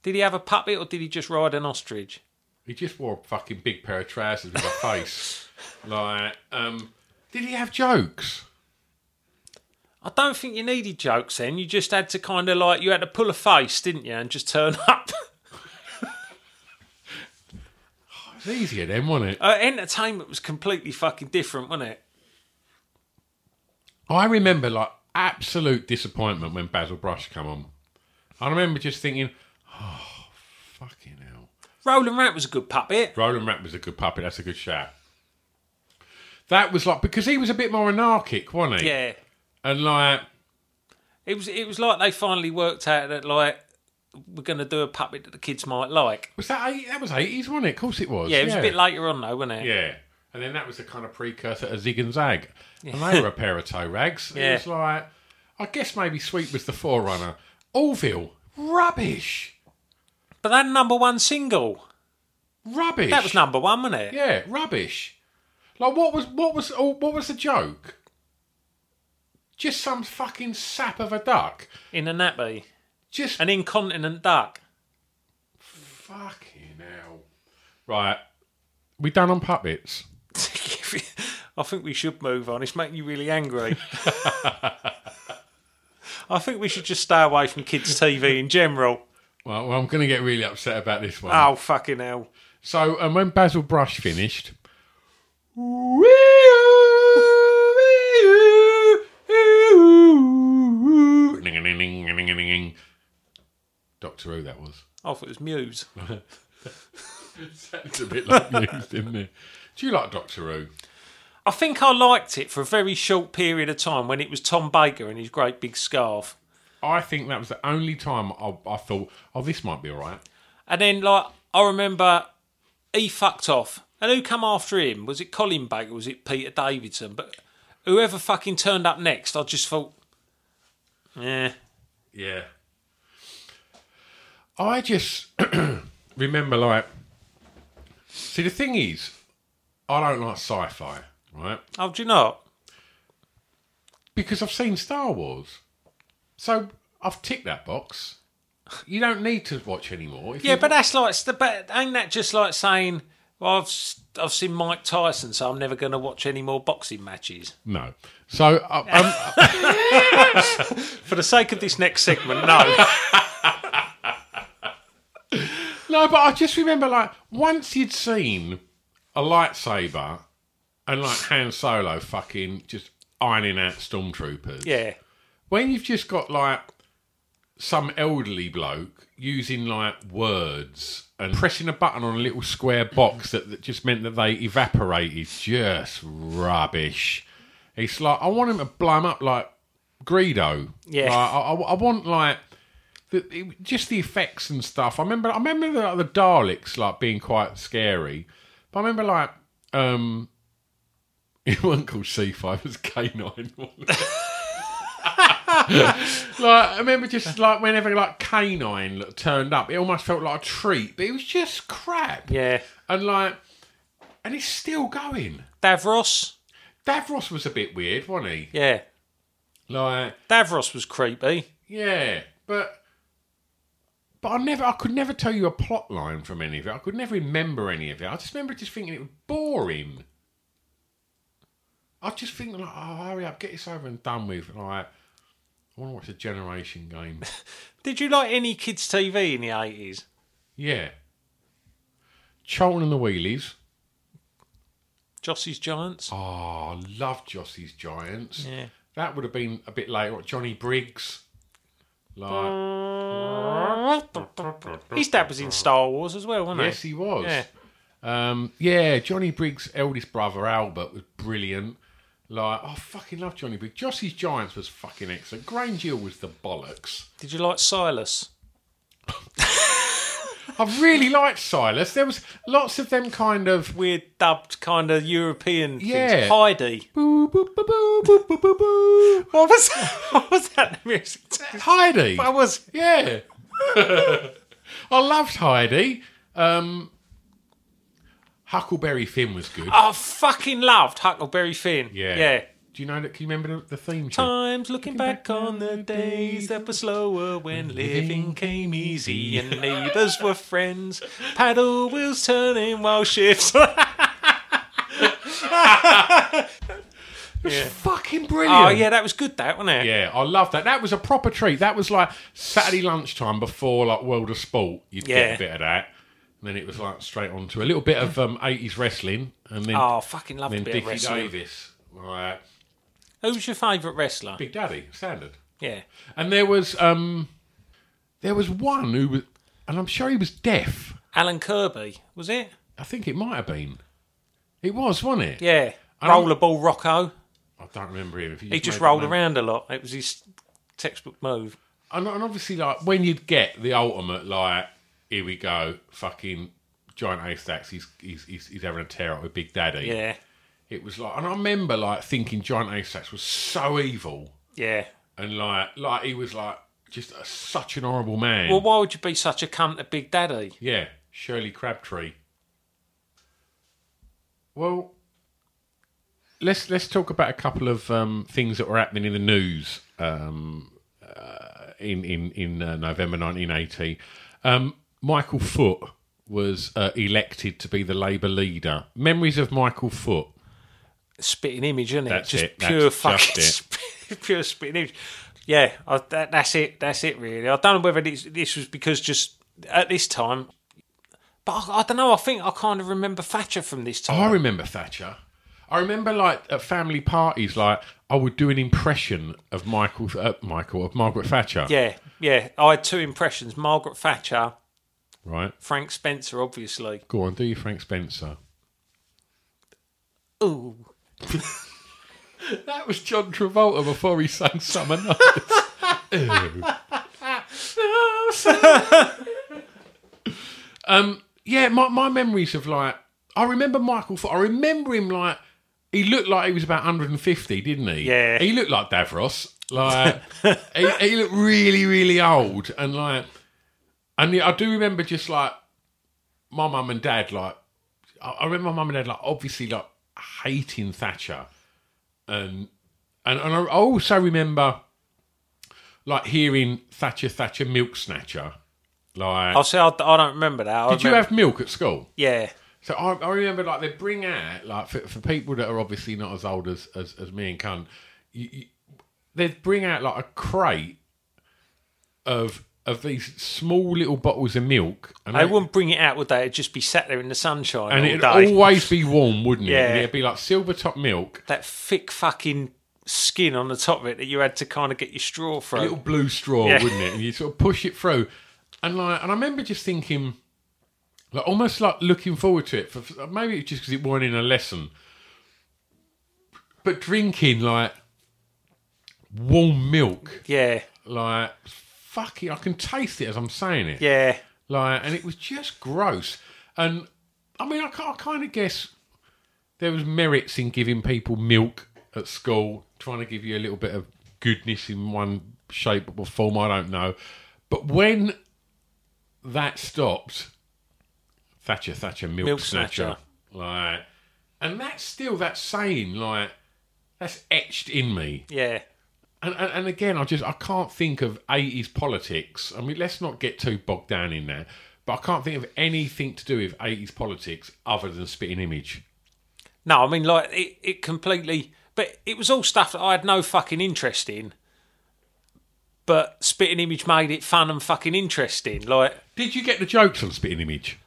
S3: Did he have a puppet or did he just ride an ostrich?
S2: He just wore a fucking big pair of trousers with a face. Like, um, did he have jokes?
S3: I don't think you needed jokes then. You just had to kind of like, you had to pull a face, didn't you, and just turn <laughs> up.
S2: It was easier then, wasn't it?
S3: uh, entertainment was completely fucking different, wasn't it?
S2: I remember like absolute disappointment when Basil Brush come on. I remember just thinking, oh, fucking hell.
S3: Roland Rat was a good puppet.
S2: Roland Rat was a good puppet. That's a good shout. That was like because he was a bit more anarchic, wasn't he?
S3: Yeah.
S2: And like,
S3: It was, it was like they finally worked out that, like, we're going to do a puppet that the kids might like.
S2: was that eight, that was eighties, wasn't it? Of course it was.
S3: Yeah, it was a bit later on, though, wasn't it?
S2: Yeah. And then that was the kind of precursor to Zig and Zag. And they were a pair of toe rags. It
S3: Yeah.
S2: was like, I guess maybe Sweet was the forerunner. Orville, rubbish.
S3: But that number one single.
S2: Rubbish.
S3: That was number one, wasn't it?
S2: Yeah, rubbish. Like what was what was oh, what was the joke? Just some fucking sap of a duck.
S3: In a nappy.
S2: Just
S3: An incontinent duck.
S2: fucking hell. Right. We done on puppets.
S3: <laughs> I think we should move on. It's making you really angry. I think we should just stay away from kids' TV in general.
S2: Well, well I'm going to get really upset about this one.
S3: Oh, fucking hell.
S2: So, and when Basil Brush finished, Doctor Who that <laughs> was.
S3: I thought it was Muse.
S2: Sounds a bit <laughs> like news, didn't it? Do you like Doctor Who?
S3: I think I liked it for a very short period of time when it was Tom Baker and his great big scarf.
S2: I think that was the only time I, I thought, oh, this might be all right.
S3: And then, like, I remember he fucked off. And who come after him? Was it Colin Baker? Was it Peter Davidson? But whoever fucking turned up next, I just thought, "Eh, yeah.
S2: Yeah. I just <clears throat> remember, like, see, the thing is, I don't like sci fi, right?
S3: Oh, do you not?
S2: Because I've seen Star Wars. So I've ticked that box. You don't need to watch anymore. If
S3: Yeah,
S2: you-
S3: but that's like, but ain't that just like saying, well, I've s- I've seen Mike Tyson, so I'm never going to watch any more boxing matches.
S2: No. So I, um,
S3: <laughs>
S2: I'm,
S3: For the sake of this next segment, <laughs> no.
S2: No, but I just remember like once you'd seen a lightsaber and like Han Solo fucking just ironing out stormtroopers.
S3: yeah,
S2: When you've just got like some elderly bloke using like words and pressing a button on a little square box that, that just meant that they evaporated, just rubbish. It's like I want him to blow him up like Greedo.
S3: Yeah.
S2: Like, I, I, I want like the, it, just the effects and stuff. I remember, I remember the, like, the Daleks like being quite scary, but I remember like um, <laughs> it wasn't called C five, it was Canine. <laughs> like I remember, just like whenever like Canine like, turned up, it almost felt like a treat, but it was just crap.
S3: yeah.
S2: and like, and it's still going.
S3: Davros,
S2: Davros was a bit weird, wasn't he?
S3: yeah.
S2: Like.
S3: Davros was creepy.
S2: Yeah, but but I never, I could never tell you a plot line from any of it. I could never remember any of it. I just remember just thinking it was boring. I just think like, oh, hurry up, get this over and done with. Like, I want to watch the Generation game. <laughs>
S3: Did you like any kids' TV in the eighties?
S2: yeah, Charlton and the Wheelies.
S3: Jossie's Giants.
S2: Oh, I love Jossie's Giants.
S3: Yeah.
S2: That would have been a bit later. on. Johnny Briggs.
S3: Mm,
S2: Like,
S3: His dad was in Star Wars as well, wasn't
S2: yes, he was.
S3: Yeah.
S2: Um, yeah, Johnny Briggs' eldest brother Albert was brilliant. Like, I fucking love Johnny Briggs. Jossie's Giants was fucking excellent. Grange Hill was the bollocks.
S3: Did you like Silas?
S2: I I really liked Silas. There was lots of them kind of
S3: Weird dubbed kind of European
S2: Yeah.
S3: things. Heidi.
S2: boo boo boo boo boo boo boo boo.
S3: What was that? <laughs> What was that <laughs> music?
S2: Heidi.
S3: What was
S2: Yeah. <laughs> I loved Heidi. Um, Huckleberry Finn was good.
S3: I fucking loved Huckleberry Finn.
S2: yeah.
S3: Oh, Yeah.
S2: Do you know that? Can you remember the, the theme song?
S3: Times looking back on the days that were slower when living came easy and neighbours were friends. Paddle wheels turning while shifts.
S2: Fucking brilliant.
S3: oh yeah, that was good. That wasn't it?
S2: Yeah, I love that. That was a proper treat. That was like Saturday lunchtime before like World of Sport. You'd get
S3: Yeah.
S2: a bit of that. And then it was like straight on to a little bit of um, 80s wrestling. And then,
S3: Oh, fucking loved
S2: then
S3: a bit
S2: Dickie
S3: of wrestling.
S2: Davis. Like,
S3: Who's your favourite wrestler?
S2: Big Daddy, standard.
S3: Yeah.
S2: And there was um, there was one who was, and I'm sure he was deaf.
S3: Alan Kirby, was it?
S2: I think it might have been. It was, wasn't it?
S3: Yeah.
S2: I don't-
S3: Rollerball Rocco.
S2: I don't remember him. If you
S3: He just
S2: made that
S3: rolled
S2: name.
S3: around a lot. It was his textbook move.
S2: And, and obviously, like when you'd get the ultimate, like here we go, fucking giant haystacks. He's he's he's, he's having a tear up with Big Daddy.
S3: Yeah.
S2: It was like, and I remember like thinking giant haystacks was so evil,
S3: Yeah.
S2: and like like he was like just a, such an horrible man.
S3: Well, why would you be such a cunt to Big Daddy?
S2: Yeah, Shirley Crabtree. Well, let's let's talk about a couple of um, things that were happening in the news um, uh, in in in uh, November 1980. Um, Michael Foot was uh, elected to be the Labour leader. Memories of Michael Foot.
S3: Spitting image, isn't it?
S2: That's
S3: just
S2: it. That's
S3: pure
S2: just
S3: fucking
S2: it.
S3: <laughs> sp- pure spitting image. Yeah, I, that, that's it. That's it, really. I don't know whether this, this was because just at this time, but I, I don't know. I think I kind of remember Thatcher from this
S2: I
S3: time.
S2: remember Thatcher. I remember like at family parties, like I would do an impression of Michael, uh, Michael of Margaret Thatcher.
S3: yeah, yeah. I had two impressions: Margaret Thatcher,
S2: Right.
S3: Frank Spencer,
S2: <laughs>
S3: obviously.
S2: Go on, do your Frank Spencer.
S3: Ooh.
S2: <laughs> That was John Travolta before he sang Summer Nights. um, yeah, my, my memories of like, I remember Michael, Fo- I remember him like, he looked like he was about 150, didn't he?
S3: Yeah.
S2: He looked like Davros. Like, <laughs> he, he looked really, really old. And like, and yeah, I do remember just like, my mum and dad, like, I, I remember my mum and dad, like, obviously, like, hating Thatcher and and, and I also remember like hearing Thatcher Thatcher Milk Snatcher. Like,
S3: I'll say I, I don't remember that. I
S2: did you
S3: remember-
S2: have milk at school?
S3: Yeah,
S2: So I, I remember like they bring out like for, for people that are obviously not as old as as, as me and Cun, you, you, they bring out like a crate of of these small little bottles of milk. And
S3: they
S2: they-
S3: wouldn't bring it out, would they? It'd just be sat there in the sunshine
S2: and
S3: all
S2: it'd
S3: day.
S2: always be warm, wouldn't it? And
S3: Yeah.
S2: it'd be like silver top milk,
S3: that thick fucking skin on the top of it that you had to kind of get your straw
S2: a
S3: from.
S2: little blue straw,
S3: Yeah.
S2: wouldn't it? And you sort of push it through, and like, and I remember just thinking, like, almost like looking forward to it for for- maybe it's just because it weren't in a lesson, but drinking like warm milk,
S3: Yeah,
S2: like fucking, I can taste it as I'm saying it,
S3: yeah.
S2: like, and it was just gross. And I mean, I, ca- I kind of guess there was merits in giving people milk at school, trying to give you a little bit of goodness in one shape or form. I don't know, but when that stopped, Thatcher, Thatcher, milk,
S3: Milk
S2: snatcher,
S3: snatcher.
S2: like, and that's still that saying, like, that's etched in me.
S3: Yeah.
S2: And, and, and again, I just I can't think of eighties politics. I mean, let's not get too bogged down in there, but I can't think of anything to do with eighties politics other than spitting image.
S3: No, I mean, like, it, it completely. But it was all stuff that I had no fucking interest in. But Spitting Image made it fun and fucking interesting. Like,
S2: Did you get the jokes on spitting image?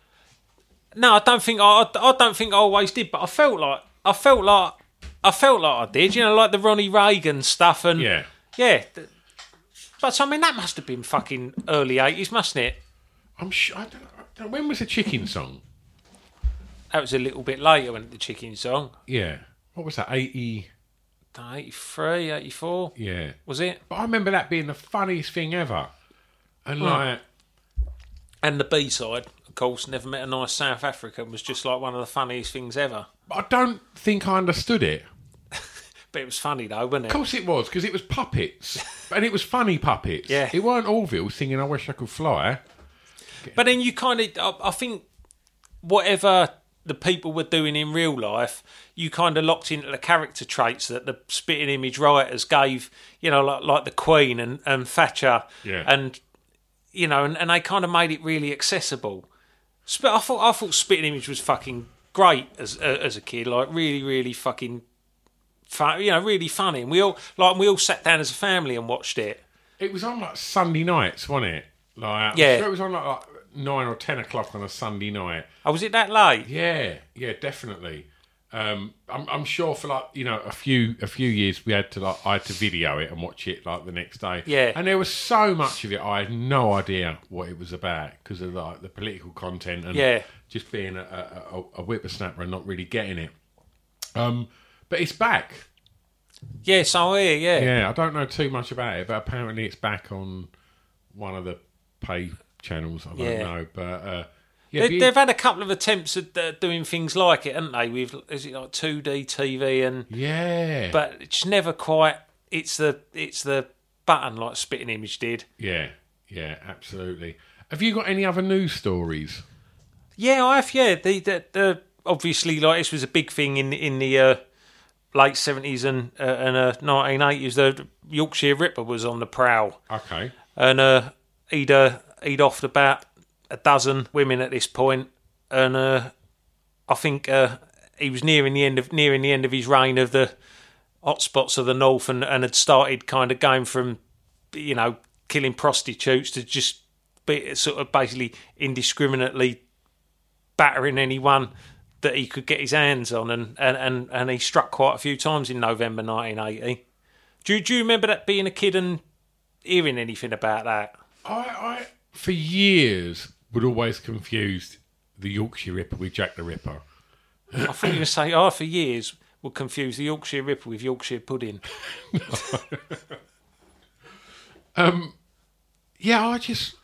S3: no, I don't think I, I don't think I always did, but I felt like I felt like I felt like I did. You know, like the Ronnie Reagan stuff and
S2: Yeah,
S3: yeah. th- But so, I mean, that must have been fucking early eighties, mustn't it?
S2: I'm sure. I don't, I don't- when was the chicken song?
S3: That was a little bit later when the chicken song.
S2: Yeah, what was that? Eighty.
S3: 83, 84,
S2: Yeah,
S3: was it?
S2: but I remember that being the funniest thing ever. And like,
S3: And the B side, of course, never met a nice South African was just like one of the funniest things ever.
S2: I don't think I understood it.
S3: But it was funny though, wasn't it?
S2: Of course it was, because it was puppets. and it was funny puppets.
S3: Yeah.
S2: It weren't Orville singing I Wish I Could Fly.
S3: But then you kind of, I, I think, whatever the people were doing in real life, you kind of locked into the character traits that the spitting image writers gave. You know, like like the Queen and and Thatcher,
S2: Yeah.
S3: and you know, and, and they kind of made it really accessible. Spit, I thought I thought spitting image was fucking great as uh, as a kid, like really really fucking. Fun, you know, really funny, and we all like we all sat down as a family and watched it.
S2: It was on like Sunday nights, wasn't it? Like,
S3: Yeah.
S2: I'm sure it was on like, like 9 or 10 o'clock on a Sunday night.
S3: Oh, was it that late?
S2: Yeah, yeah, definitely. Um, I'm, I'm sure for like you know a few a few years we had to like I had to video it and watch it like the next day.
S3: Yeah.
S2: and there was so much of it I had no idea what it was about because of like the political content and
S3: Yeah.
S2: just being a, a, a, a whippersnapper and not really getting it. Um, but it's back.
S3: Yes, I hear.
S2: Yeah, I don't know too much about it, but apparently it's back on one of the pay channels. I don't
S3: Yeah.
S2: know, but uh, yeah,
S3: They,
S2: but you-
S3: they've had a couple of attempts at uh, doing things like it, haven't they? With is it like two D TV and
S2: yeah,
S3: but it's never quite. It's the it's the button like spitting image did.
S2: Yeah, yeah, absolutely. Have you got any other news stories?
S3: Yeah, I have. Yeah, the the, the obviously like this was a big thing in in the uh, late seventies and uh, and nineteen eighties. The Yorkshire Ripper was on the prowl,
S2: Okay.
S3: and uh, he'd uh, he'd offed about a dozen women at this point, and uh, I think uh, he was nearing the end of nearing the end of his reign of the hotspots of the north, and, and had started kind of going from you know killing prostitutes to just be, sort of basically indiscriminately battering anyone that he could get his hands on, and and and, and he struck quite a few times in November 1980. Do, you- do you remember that being a kid and hearing anything about that.
S2: I, I for years would always confuse the Yorkshire Ripper with Jack the Ripper.
S3: I thought you were going to say, oh, for years, would confuse the Yorkshire Ripper with Yorkshire Pudding.
S2: Yeah, I just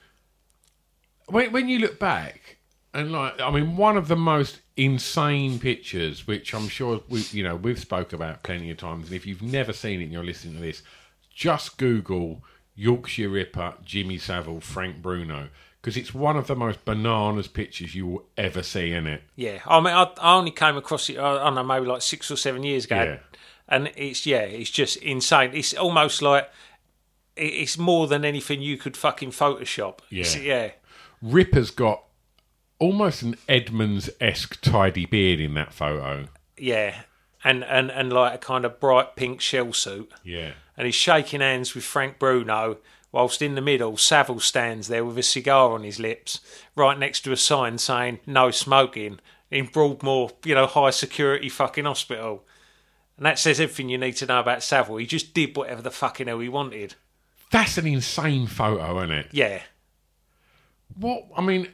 S2: when when you look back and like I mean one of the most insane pictures which I'm sure we you know we've spoke about plenty of times and if you've never seen it and you're listening to this just google Yorkshire Ripper Jimmy Savile Frank Bruno because it's one of the most bananas pictures you will ever see in it.
S3: Yeah, I mean, I, I only came across it, I don't know, maybe like six or seven years ago.
S2: Yeah.
S3: And it's, yeah, it's just insane. It's almost like, it- it's more than anything you could fucking Photoshop. It's-
S2: Yeah.
S3: yeah.
S2: Ripper's got almost an Edmonds esque tidy beard in that photo.
S3: Yeah. And, and, and like a kind of bright pink shell suit.
S2: Yeah.
S3: and he's shaking hands with Frank Bruno, whilst in the middle, Savile stands there with a cigar on his lips, right next to a sign saying "No smoking" in Broadmoor, you know, high security fucking hospital. And that says everything you need to know about Savile. He just did whatever the fucking hell he wanted.
S2: That's an insane photo, isn't it?
S3: Yeah,
S2: What I mean,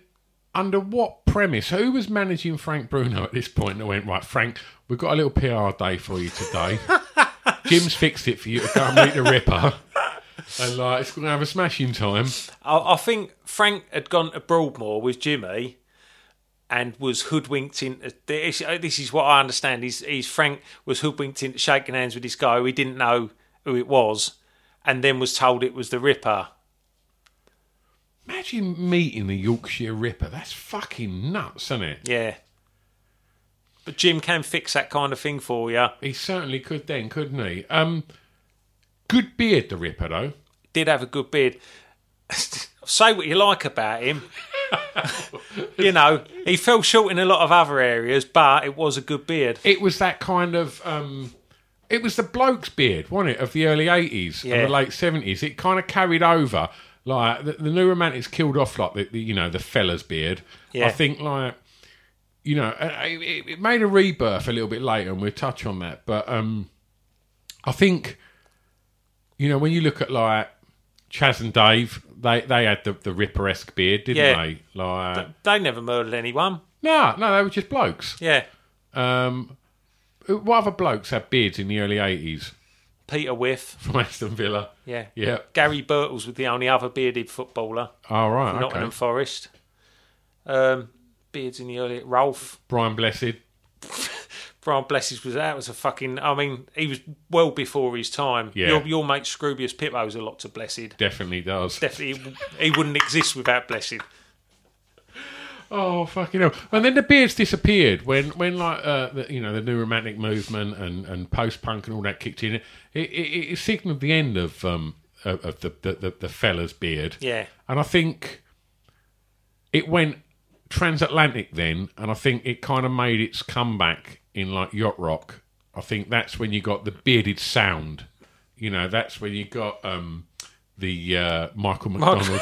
S2: under what premise? Who was managing Frank Bruno at this point that went, right, Frank, we've got a little PR day for you today. Jim's fixed it for you to go and meet the Ripper. And like it's gonna have a smashing time.
S3: I, I think Frank had gone to Broadmoor with Jimmy and was hoodwinked into this. uh, This is what I understand. Is is Frank was hoodwinked into shaking hands with this guy who he didn't know who it was, and then was told it was the Ripper.
S2: Imagine meeting the Yorkshire Ripper. That's fucking nuts, isn't it?
S3: Yeah. But Jim can fix that kind of thing for you.
S2: He certainly could then, couldn't he? Um good beard the Ripper though.
S3: Did have a good beard. <laughs> Say what you like about him. <laughs> you know, he fell short in a lot of other areas, but it was a good beard.
S2: it was that kind of um it was the bloke's beard wasn't it of the early 80s
S3: Yeah.
S2: and the late 70s it kind of carried over like the, the new romantics killed off like the, the you know the fella's beard
S3: Yeah.
S2: i think like you know uh, it, it made a rebirth a little bit later and we'll touch on that but um i think you know when you look at like chaz and dave they they had the, the ripper-esque beard didn't
S3: Yeah.
S2: they like
S3: They never murdered anyone.
S2: no no they were just blokes
S3: Yeah.
S2: um, what other blokes had beards in the early eighties
S3: Peter Whiff.
S2: from <laughs> Aston Villa?
S3: Yeah.
S2: Yeah.
S3: Gary Birtles was the only other bearded footballer
S2: All right.
S3: from Nottingham
S2: Okay.
S3: Forest. Um, beards in the early Rolf.
S2: Brian Blessed.
S3: Brian Blesses was that was a fucking. I mean, he was well before his time.
S2: Yeah.
S3: Your, your mate Scroobius Pippo a lot to Blessed.
S2: Definitely does.
S3: Definitely, he wouldn't exist without Blessed.
S2: Oh fucking hell! And then the beards disappeared when, when like uh, the, you know the new romantic movement and, and post punk and all that kicked in. It, it, it, it signalled the end of um of of the the, the the fella's beard.
S3: Yeah.
S2: and I think it went transatlantic then, and I think it kind of made its comeback in like yacht rock. I think that's when you got the bearded sound. You know, that's when you got um the uh, Michael McDonald.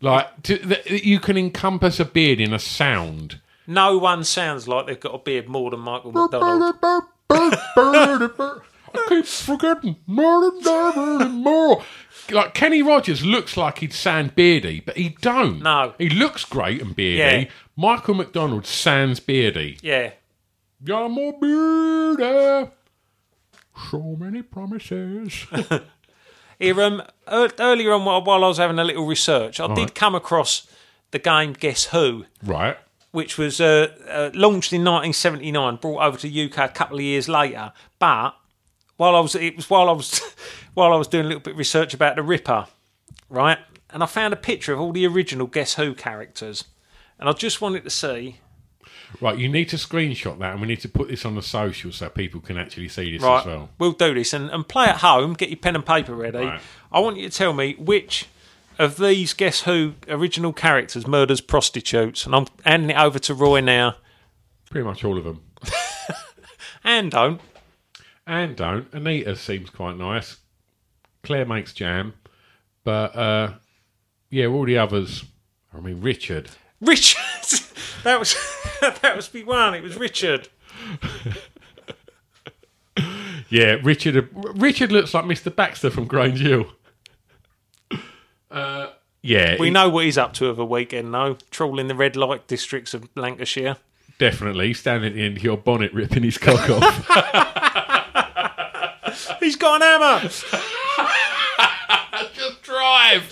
S2: Like to, the, you can encompass a beard in a sound.
S3: No one sounds like they've got a beard more than Michael McDonald.
S2: I keep forgetting more and more and more. Like Kenny Rogers looks like he'd sound beardy, but he don't.
S3: No.
S2: he looks great and beardy.
S3: Yeah.
S2: Michael McDonald sounds beardy.
S3: Yeah,
S2: You're more beardy. So many promises. <laughs>
S3: Here, um, ear- earlier on, while while I was having a little research, I did
S2: Right.
S3: come across the game Guess Who,
S2: right.
S3: which was uh, uh, launched in 1979, brought over to UK a couple of years later. But while I was, it was while I was, <laughs> while I was doing a little bit of research about the Ripper, right, and I found a picture of all the original Guess Who characters, and I just wanted to see.
S2: Right, you need to screenshot that and we need to put this on the social so people can actually see this
S3: Right,
S2: as well.
S3: we'll do this and, and play at home. Get your pen and paper ready.
S2: Right.
S3: I want you to tell me which of these Guess Who original characters murders prostitutes, and I'm handing it over to Roy now.
S2: Pretty much all of them.
S3: And don't.
S2: and don't. Anita seems quite nice. Claire makes jam, but uh, yeah, all the others. I mean, Richard.
S3: Richard, <laughs> that was that was me one. It was Richard.
S2: Yeah, Richard. Richard looks like Mr. Baxter from Grange Hill. Uh, yeah,
S3: We
S2: he-
S3: know what he's up to of a weekend, though. Trawling the red light districts of Lancashire.
S2: definitely standing at the end of your bonnet, ripping his cock off.
S3: <laughs> He's got an hammer.
S2: <laughs> Just drive.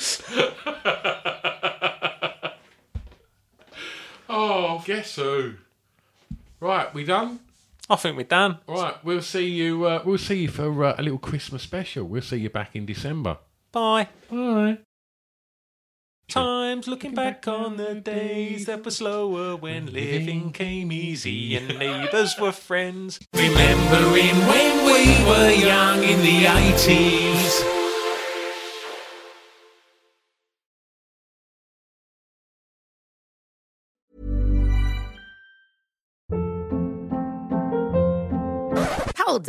S2: oh, guess who? Right, we done.
S3: I think we're done.
S2: Right, we'll see you. Uh, we'll see you for uh, a little Christmas special. We'll see you back in December.
S3: Bye.
S2: Bye.
S3: Times looking back on the days that were slower <laughs> when living came easy <laughs> and neighbours were friends.
S1: Remembering when we were young in the 80s.
S5: Hold